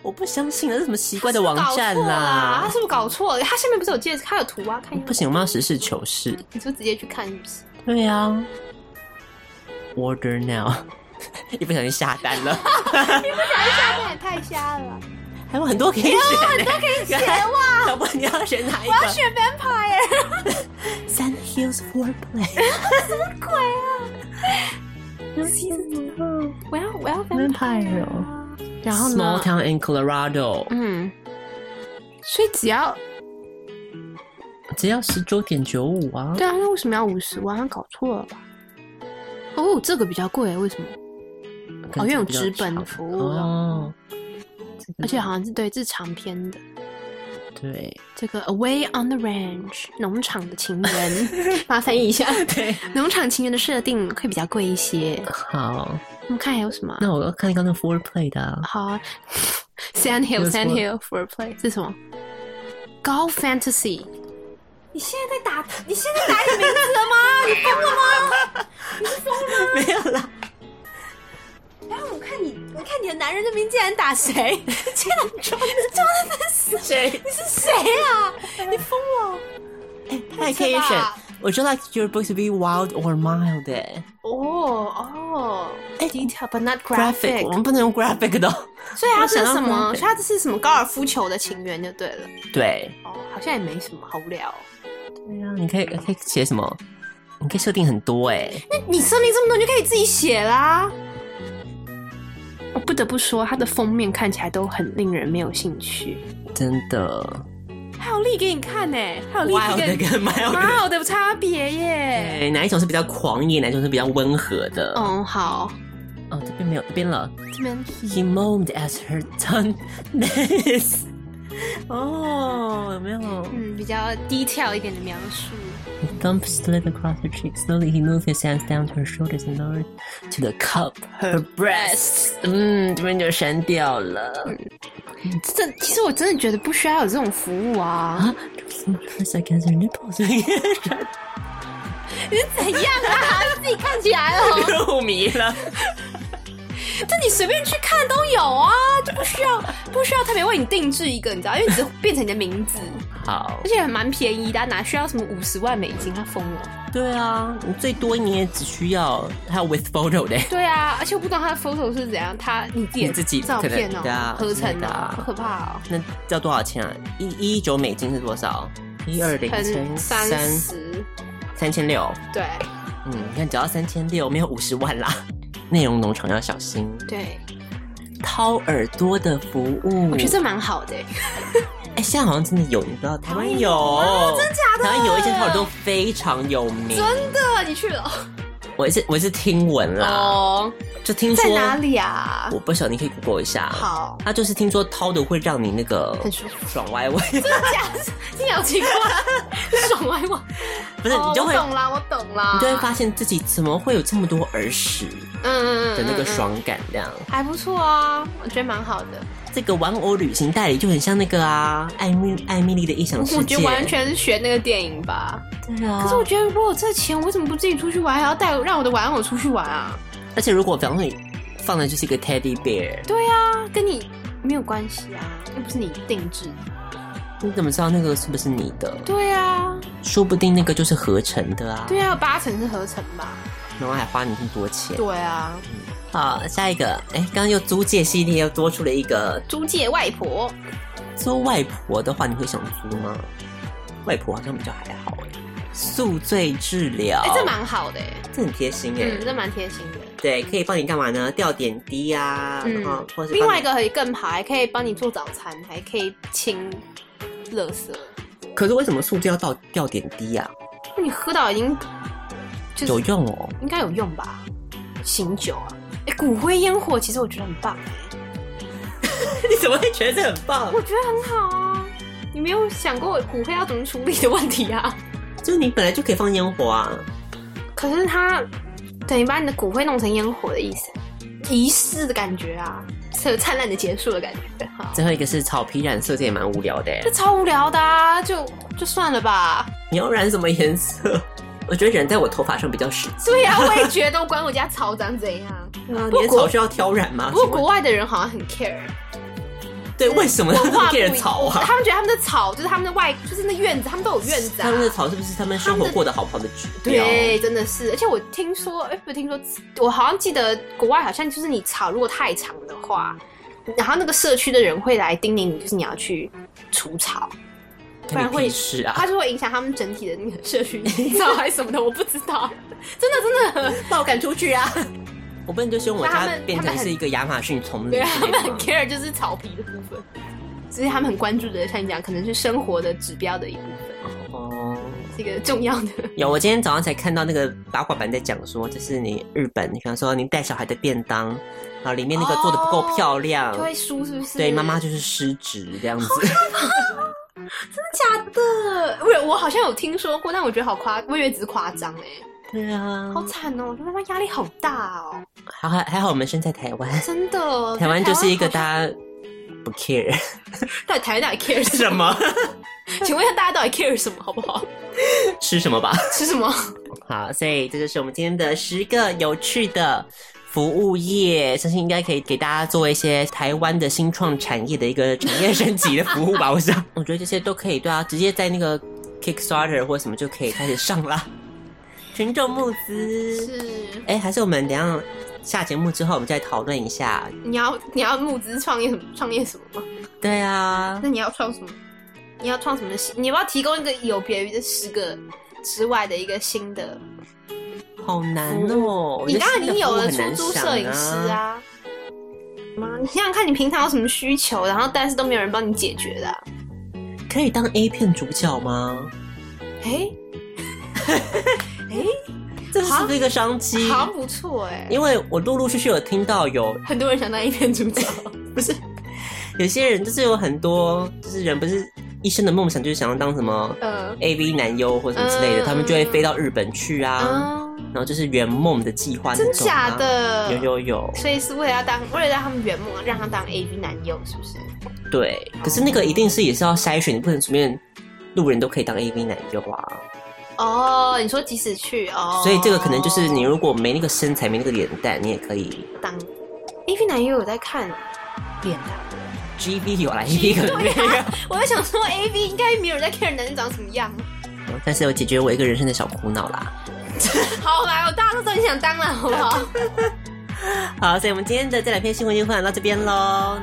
[SPEAKER 5] 我不相信啊，这什么奇怪的网站啊
[SPEAKER 6] 啦，他
[SPEAKER 5] 啦
[SPEAKER 6] 是？不是搞错了？他下面不是有介，他有图啊，看一下
[SPEAKER 5] 不，行，我们要实事求是。
[SPEAKER 6] 你就直接去看是不是？
[SPEAKER 5] 对呀、啊，Order now，一不 小心下单 了，
[SPEAKER 6] 下面也哎太瞎了，
[SPEAKER 5] 还有很多可以选、欸，很多可以
[SPEAKER 6] 写哇！
[SPEAKER 5] 要不然你要选哪一
[SPEAKER 6] 我要
[SPEAKER 5] 个
[SPEAKER 6] 选 vampire，
[SPEAKER 5] ？Sand Hills for Play
[SPEAKER 6] 我要我要 vampire，然后
[SPEAKER 5] Small
[SPEAKER 6] 呢？
[SPEAKER 5] Town in Colorado，
[SPEAKER 6] 嗯，所以只要
[SPEAKER 5] 只要十九点九五啊。
[SPEAKER 6] 对啊，那为什么要五十万？他搞错了吧？哦，这个比较贵，为什么？
[SPEAKER 5] 可能
[SPEAKER 6] 哦因为有
[SPEAKER 5] 比较
[SPEAKER 6] 纸本
[SPEAKER 5] 长
[SPEAKER 6] 服务啊
[SPEAKER 5] 哦，
[SPEAKER 6] 而且好像是对，这是长篇的。
[SPEAKER 5] 对
[SPEAKER 6] 这个 Away on the Range 农场的情 人，麻烦译一下。
[SPEAKER 5] 对，
[SPEAKER 6] 农场情人的设定会比较贵一些。
[SPEAKER 5] 好，
[SPEAKER 6] 我们看还有什么啊？
[SPEAKER 5] 那我要看刚刚 Four Play 的啊
[SPEAKER 6] 好啊 ，Sand Hill
[SPEAKER 5] Yes,
[SPEAKER 6] Sand
[SPEAKER 5] what？
[SPEAKER 6] Hill for Play 这是什么？Golf Fantasy。你现在在打，你现在打你名字了 吗？你疯了吗？
[SPEAKER 5] 没有啦，
[SPEAKER 6] 哎，我看你，我看你的男人的名竟然打 谁？这样装的，装的是谁？你是谁啊？你疯了！
[SPEAKER 5] 他还可以
[SPEAKER 6] 是
[SPEAKER 5] 选
[SPEAKER 6] 吧。
[SPEAKER 5] 我就 like your book to be wild or mild 哎
[SPEAKER 6] 哦哦，哎，detail but not
[SPEAKER 5] graphic，
[SPEAKER 6] graphic
[SPEAKER 5] 我。们不能用 graphic 的哦。
[SPEAKER 6] 所以它是
[SPEAKER 5] 我想到
[SPEAKER 6] 什么？
[SPEAKER 5] graphic
[SPEAKER 6] 所以它这是什么高尔夫球的情缘就对了。
[SPEAKER 5] 对，
[SPEAKER 6] 哦，好像也没什么，好无聊哦、
[SPEAKER 5] 对啊，你可以可以写什么？你可以设定很多哎、
[SPEAKER 6] 那你设定这么多，你就可以自己写啦。我哦不得不说，它的封面看起来都很令人没有兴趣。
[SPEAKER 5] 真的。
[SPEAKER 6] 还有力给你看呢、还有力
[SPEAKER 5] wild
[SPEAKER 6] 给
[SPEAKER 5] 的
[SPEAKER 6] 你看，
[SPEAKER 5] 跟 mild
[SPEAKER 6] 蛮好的差别
[SPEAKER 5] 的，
[SPEAKER 6] 耶。
[SPEAKER 5] 对，哪一种是比较狂野，哪一种是比较温和的？哦，
[SPEAKER 6] 嗯，好，
[SPEAKER 5] 哦，这边没有，这边了。
[SPEAKER 6] 这边
[SPEAKER 5] He moaned as her tongue this。哦，有没有？
[SPEAKER 6] 嗯比较 detail 一点的描述。
[SPEAKER 5] The thump slid across her cheek. Slowly, he moved his hands down to her shoulders and lowered to the cup her breasts. 嗯，这边就删掉了。
[SPEAKER 6] 这其实我真的觉得不需要有这种服务啊！
[SPEAKER 5] 啊，press against her nipples.
[SPEAKER 6] 你是怎样啊？自己看起来哦。
[SPEAKER 5] 入迷 了。
[SPEAKER 6] 这你随便去看都有啊，就不需要不需要特别为你定制一个，你知道，因为只是变成你的名字，
[SPEAKER 5] 好
[SPEAKER 6] 而，且还蛮便宜的啊，哪需要什么五十万美金？他疯了。
[SPEAKER 5] 对啊，你最多你也只需要还有 with photo 的。
[SPEAKER 6] 对啊，而且我不知道他的 photo 是怎样，他你自己
[SPEAKER 5] 你
[SPEAKER 6] 的
[SPEAKER 5] 自己
[SPEAKER 6] 照片
[SPEAKER 5] 可能
[SPEAKER 6] 哦、
[SPEAKER 5] 对啊
[SPEAKER 6] 合成
[SPEAKER 5] 之类
[SPEAKER 6] 的、
[SPEAKER 5] 的啊
[SPEAKER 6] 好可怕哦、
[SPEAKER 5] 那要多少钱啊？一一九美金是多少？一二零乘
[SPEAKER 6] 很
[SPEAKER 5] 三
[SPEAKER 6] 三十，
[SPEAKER 5] 三千六。
[SPEAKER 6] 对
[SPEAKER 5] 嗯，你看只要三千六，没有五十万啦。内容农场要小心，
[SPEAKER 6] 对，
[SPEAKER 5] 掏耳朵的服务。
[SPEAKER 6] 我觉得这蛮好的、欸
[SPEAKER 5] 哎、现在好像真的有，你知道台湾
[SPEAKER 6] 哦嗯
[SPEAKER 5] 有，真假的？台湾有一间掏耳朵非常有名，
[SPEAKER 6] 真的，你去了，
[SPEAKER 5] 我是我是听闻啦，
[SPEAKER 6] 哦，
[SPEAKER 5] 就听说
[SPEAKER 6] 在哪？里啊？
[SPEAKER 5] 我不晓得，你可以 Google 一下。，
[SPEAKER 6] 好，
[SPEAKER 5] 他就是听说掏的会让你那个
[SPEAKER 6] 很舒服
[SPEAKER 5] 爽歪歪，
[SPEAKER 6] 假你好奇怪，爽歪歪。
[SPEAKER 5] 不是
[SPEAKER 6] 哦
[SPEAKER 5] 你就会
[SPEAKER 6] 我懂啦，我懂啦，
[SPEAKER 5] 你就会发现自己怎么会有这么多耳屎
[SPEAKER 6] 嗯嗯嗯
[SPEAKER 5] 的那个
[SPEAKER 6] 嗯嗯
[SPEAKER 5] 爽感这样。
[SPEAKER 6] 还不错啊，我觉得蛮好的。
[SPEAKER 5] 这个玩偶旅行代理就很像那个啊，艾米艾米丽的异想世界，
[SPEAKER 6] 我觉得完全是学那个电影吧。
[SPEAKER 5] 对啊。
[SPEAKER 6] 可是我觉得，如果有这钱，我为什么不自己出去玩，还要带让我的玩偶出去玩啊？
[SPEAKER 5] 而且如果比方说你放的就是一个 teddy bear，
[SPEAKER 6] 对啊，跟你没有关系啊，又不是你定制的。
[SPEAKER 5] 你怎么知道那个是不是你的？
[SPEAKER 6] 对啊，
[SPEAKER 5] 说不定那个就是合成的啊。
[SPEAKER 6] 对啊，八成是合成吧？
[SPEAKER 5] 然后还花你这么多钱。
[SPEAKER 6] 对啊，
[SPEAKER 5] 好，下一个，哎，刚刚又租借系列又多出了一个
[SPEAKER 6] 租借外婆，
[SPEAKER 5] 租外婆的话，你会想租吗？外婆好像比较还好哎。宿醉治疗，
[SPEAKER 6] 哎、这蛮好的、欸，
[SPEAKER 5] 这很贴心哎。
[SPEAKER 6] 嗯，这蛮贴心的。
[SPEAKER 5] 对，可以帮你干嘛呢？吊点滴啊，
[SPEAKER 6] 嗯
[SPEAKER 5] 然后或者
[SPEAKER 6] 另外一个可以更好，还可以帮你做早餐，还可以清垃圾。
[SPEAKER 5] 可是为什么宿醉要到吊点滴啊？
[SPEAKER 6] 你喝到已经就是
[SPEAKER 5] 有用哦，
[SPEAKER 6] 应该有用吧？醒酒啊，哎、骨灰烟火其实我觉得很棒、欸，
[SPEAKER 5] 你怎么会觉得这很棒
[SPEAKER 6] 我？觉得很好啊。你没有想过骨灰要怎么处理的问题啊？
[SPEAKER 5] 就是你本来就可以放烟火啊，
[SPEAKER 6] 可是它等于把你的骨灰弄成烟火的意思，仪式的感觉啊，是灿烂的结束的感觉。好
[SPEAKER 5] 最后一个是草皮染色，这也蛮无聊的欸
[SPEAKER 6] 这。超无聊的、啊，就就算了吧。
[SPEAKER 5] 你要染什么颜色？ 我觉得染在我头发上比较实际。
[SPEAKER 6] 对呀、我也觉得，管我家草长怎样。
[SPEAKER 5] 啊，
[SPEAKER 6] 不
[SPEAKER 5] 你的
[SPEAKER 6] 过
[SPEAKER 5] 草需要挑染吗？
[SPEAKER 6] 不过
[SPEAKER 5] 请问
[SPEAKER 6] 国外的人好像很 care
[SPEAKER 5] 对，为什么他
[SPEAKER 6] 文
[SPEAKER 5] 们
[SPEAKER 6] 化不
[SPEAKER 5] 给
[SPEAKER 6] 一
[SPEAKER 5] 人草啊？
[SPEAKER 6] 他们觉得他们的草就是他们的外，就是那院子，他们都有院子啊。
[SPEAKER 5] 他们的草是不哦是他们生活过得好不好的指标？
[SPEAKER 6] 对，真的是，而且我听说，哎、不是听说，我好像记得国外好像就是你草如果太长的话，然后那个社区的人会来叮咛你，就是你要去除 草，不然会
[SPEAKER 5] 是啊
[SPEAKER 6] 它，就会影响他们整体的那个社区营造还是什么的，我不知道，真的 真的 把我赶出去啊！
[SPEAKER 5] 我不能就希望我
[SPEAKER 6] 他
[SPEAKER 5] 家
[SPEAKER 6] 们
[SPEAKER 5] 变
[SPEAKER 6] 他们
[SPEAKER 5] 成
[SPEAKER 6] 很
[SPEAKER 5] 是一个亚马逊丛林之
[SPEAKER 6] 对
[SPEAKER 5] 类
[SPEAKER 6] 啊，他们
[SPEAKER 5] 的
[SPEAKER 6] 很
[SPEAKER 5] 吗。
[SPEAKER 6] care 就是草皮的部分，只是他们很关注的，像你讲，可能是生活的指标的一部分，
[SPEAKER 5] 哦，
[SPEAKER 6] 是一个重要的。
[SPEAKER 5] 有，我今天早上才看到那个八卦版在讲说，就是你日本，你比方说你带小孩的便当，然后里面那个做的不够漂亮，
[SPEAKER 6] 就会输是不是？
[SPEAKER 5] 对，妈妈就是失职这 样子。
[SPEAKER 6] 假的？不是，我好像有听说过，但我觉得好夸，我以为只是夸张哎，
[SPEAKER 5] 对啊，
[SPEAKER 6] 好惨哦！我觉得妈妈压力好大哦，
[SPEAKER 5] 还好还好我们身在台湾，
[SPEAKER 6] 真的。
[SPEAKER 5] 台湾就是一个
[SPEAKER 6] 大，
[SPEAKER 5] 大家不 care
[SPEAKER 6] 哦 到底台湾到底 care
[SPEAKER 5] 什？ 么啊
[SPEAKER 6] 请问一下大家到底 care 什么，好不好？
[SPEAKER 5] 吃什么吧。
[SPEAKER 6] 吃什么？
[SPEAKER 5] 好，所以这就是我们今天的十个有趣的服务业，相信应该可以给大家做一些台湾的新创产业的一个产业升级的服务吧。我想， 我觉得这些都可以，对啊，直接在那个 Kickstarter 或什么就可以开始上啦。群众募资，
[SPEAKER 6] 是
[SPEAKER 5] 哎、还是我们等一下下节目之后，我们再讨论一下。
[SPEAKER 6] 你要你要募资创业什么创业什么吗？
[SPEAKER 5] 对啊，
[SPEAKER 6] 那你要创什么？你要创什么新？你要不要提供一个有别于这十个之外的一个新的？
[SPEAKER 5] 好难哦、我觉
[SPEAKER 6] 你
[SPEAKER 5] 得
[SPEAKER 6] 刚刚已经有了
[SPEAKER 5] 新的服务很难
[SPEAKER 6] 出租
[SPEAKER 5] 想
[SPEAKER 6] 摄影师。啊。妈，你想想看，你平常有什么需求，然后但是都没有人帮你解决的啊、
[SPEAKER 5] 可以当 A 片主角吗？
[SPEAKER 6] 哎、
[SPEAKER 5] 这是不是一个商机？
[SPEAKER 6] 好像不错哎、
[SPEAKER 5] 因为我陆陆续续有听到有
[SPEAKER 6] 很多人想当一片主角，
[SPEAKER 5] 不是，有些人就是有很多，就是人不是一生的梦想就是想要当什么
[SPEAKER 6] 呃，
[SPEAKER 5] A V 男优或什么之类的，
[SPEAKER 6] 嗯
[SPEAKER 5] 他们就会飞到日本去啊，
[SPEAKER 6] 啊，
[SPEAKER 5] 然后就是圆梦的计划、那
[SPEAKER 6] 真
[SPEAKER 5] 种啊
[SPEAKER 6] 假？的？
[SPEAKER 5] 有有有，
[SPEAKER 6] 所以是为了要当，为了让他们圆梦，让他当 A V 男优，是不是？
[SPEAKER 5] 对，可是那个一定是也是要筛选，你不能随便路人都可以当 A V 男优啊，
[SPEAKER 6] 哦，你说即使去哦，
[SPEAKER 5] 所以这个可能就是你如果没那个身材、没那个脸蛋，你也可以
[SPEAKER 6] 当 A V 男优有在看脸的，
[SPEAKER 5] G V 有来 A V 可能没
[SPEAKER 6] 啊
[SPEAKER 5] 有，
[SPEAKER 6] 我在想说 A V 应该没有人在 care 男生长什么样。
[SPEAKER 5] 但是有解决我一个人生的小苦恼啦。
[SPEAKER 6] 好啦，我大家都很想当了，好不好？
[SPEAKER 5] 好，所以我们今天的这两篇新闻就分享到这边喽。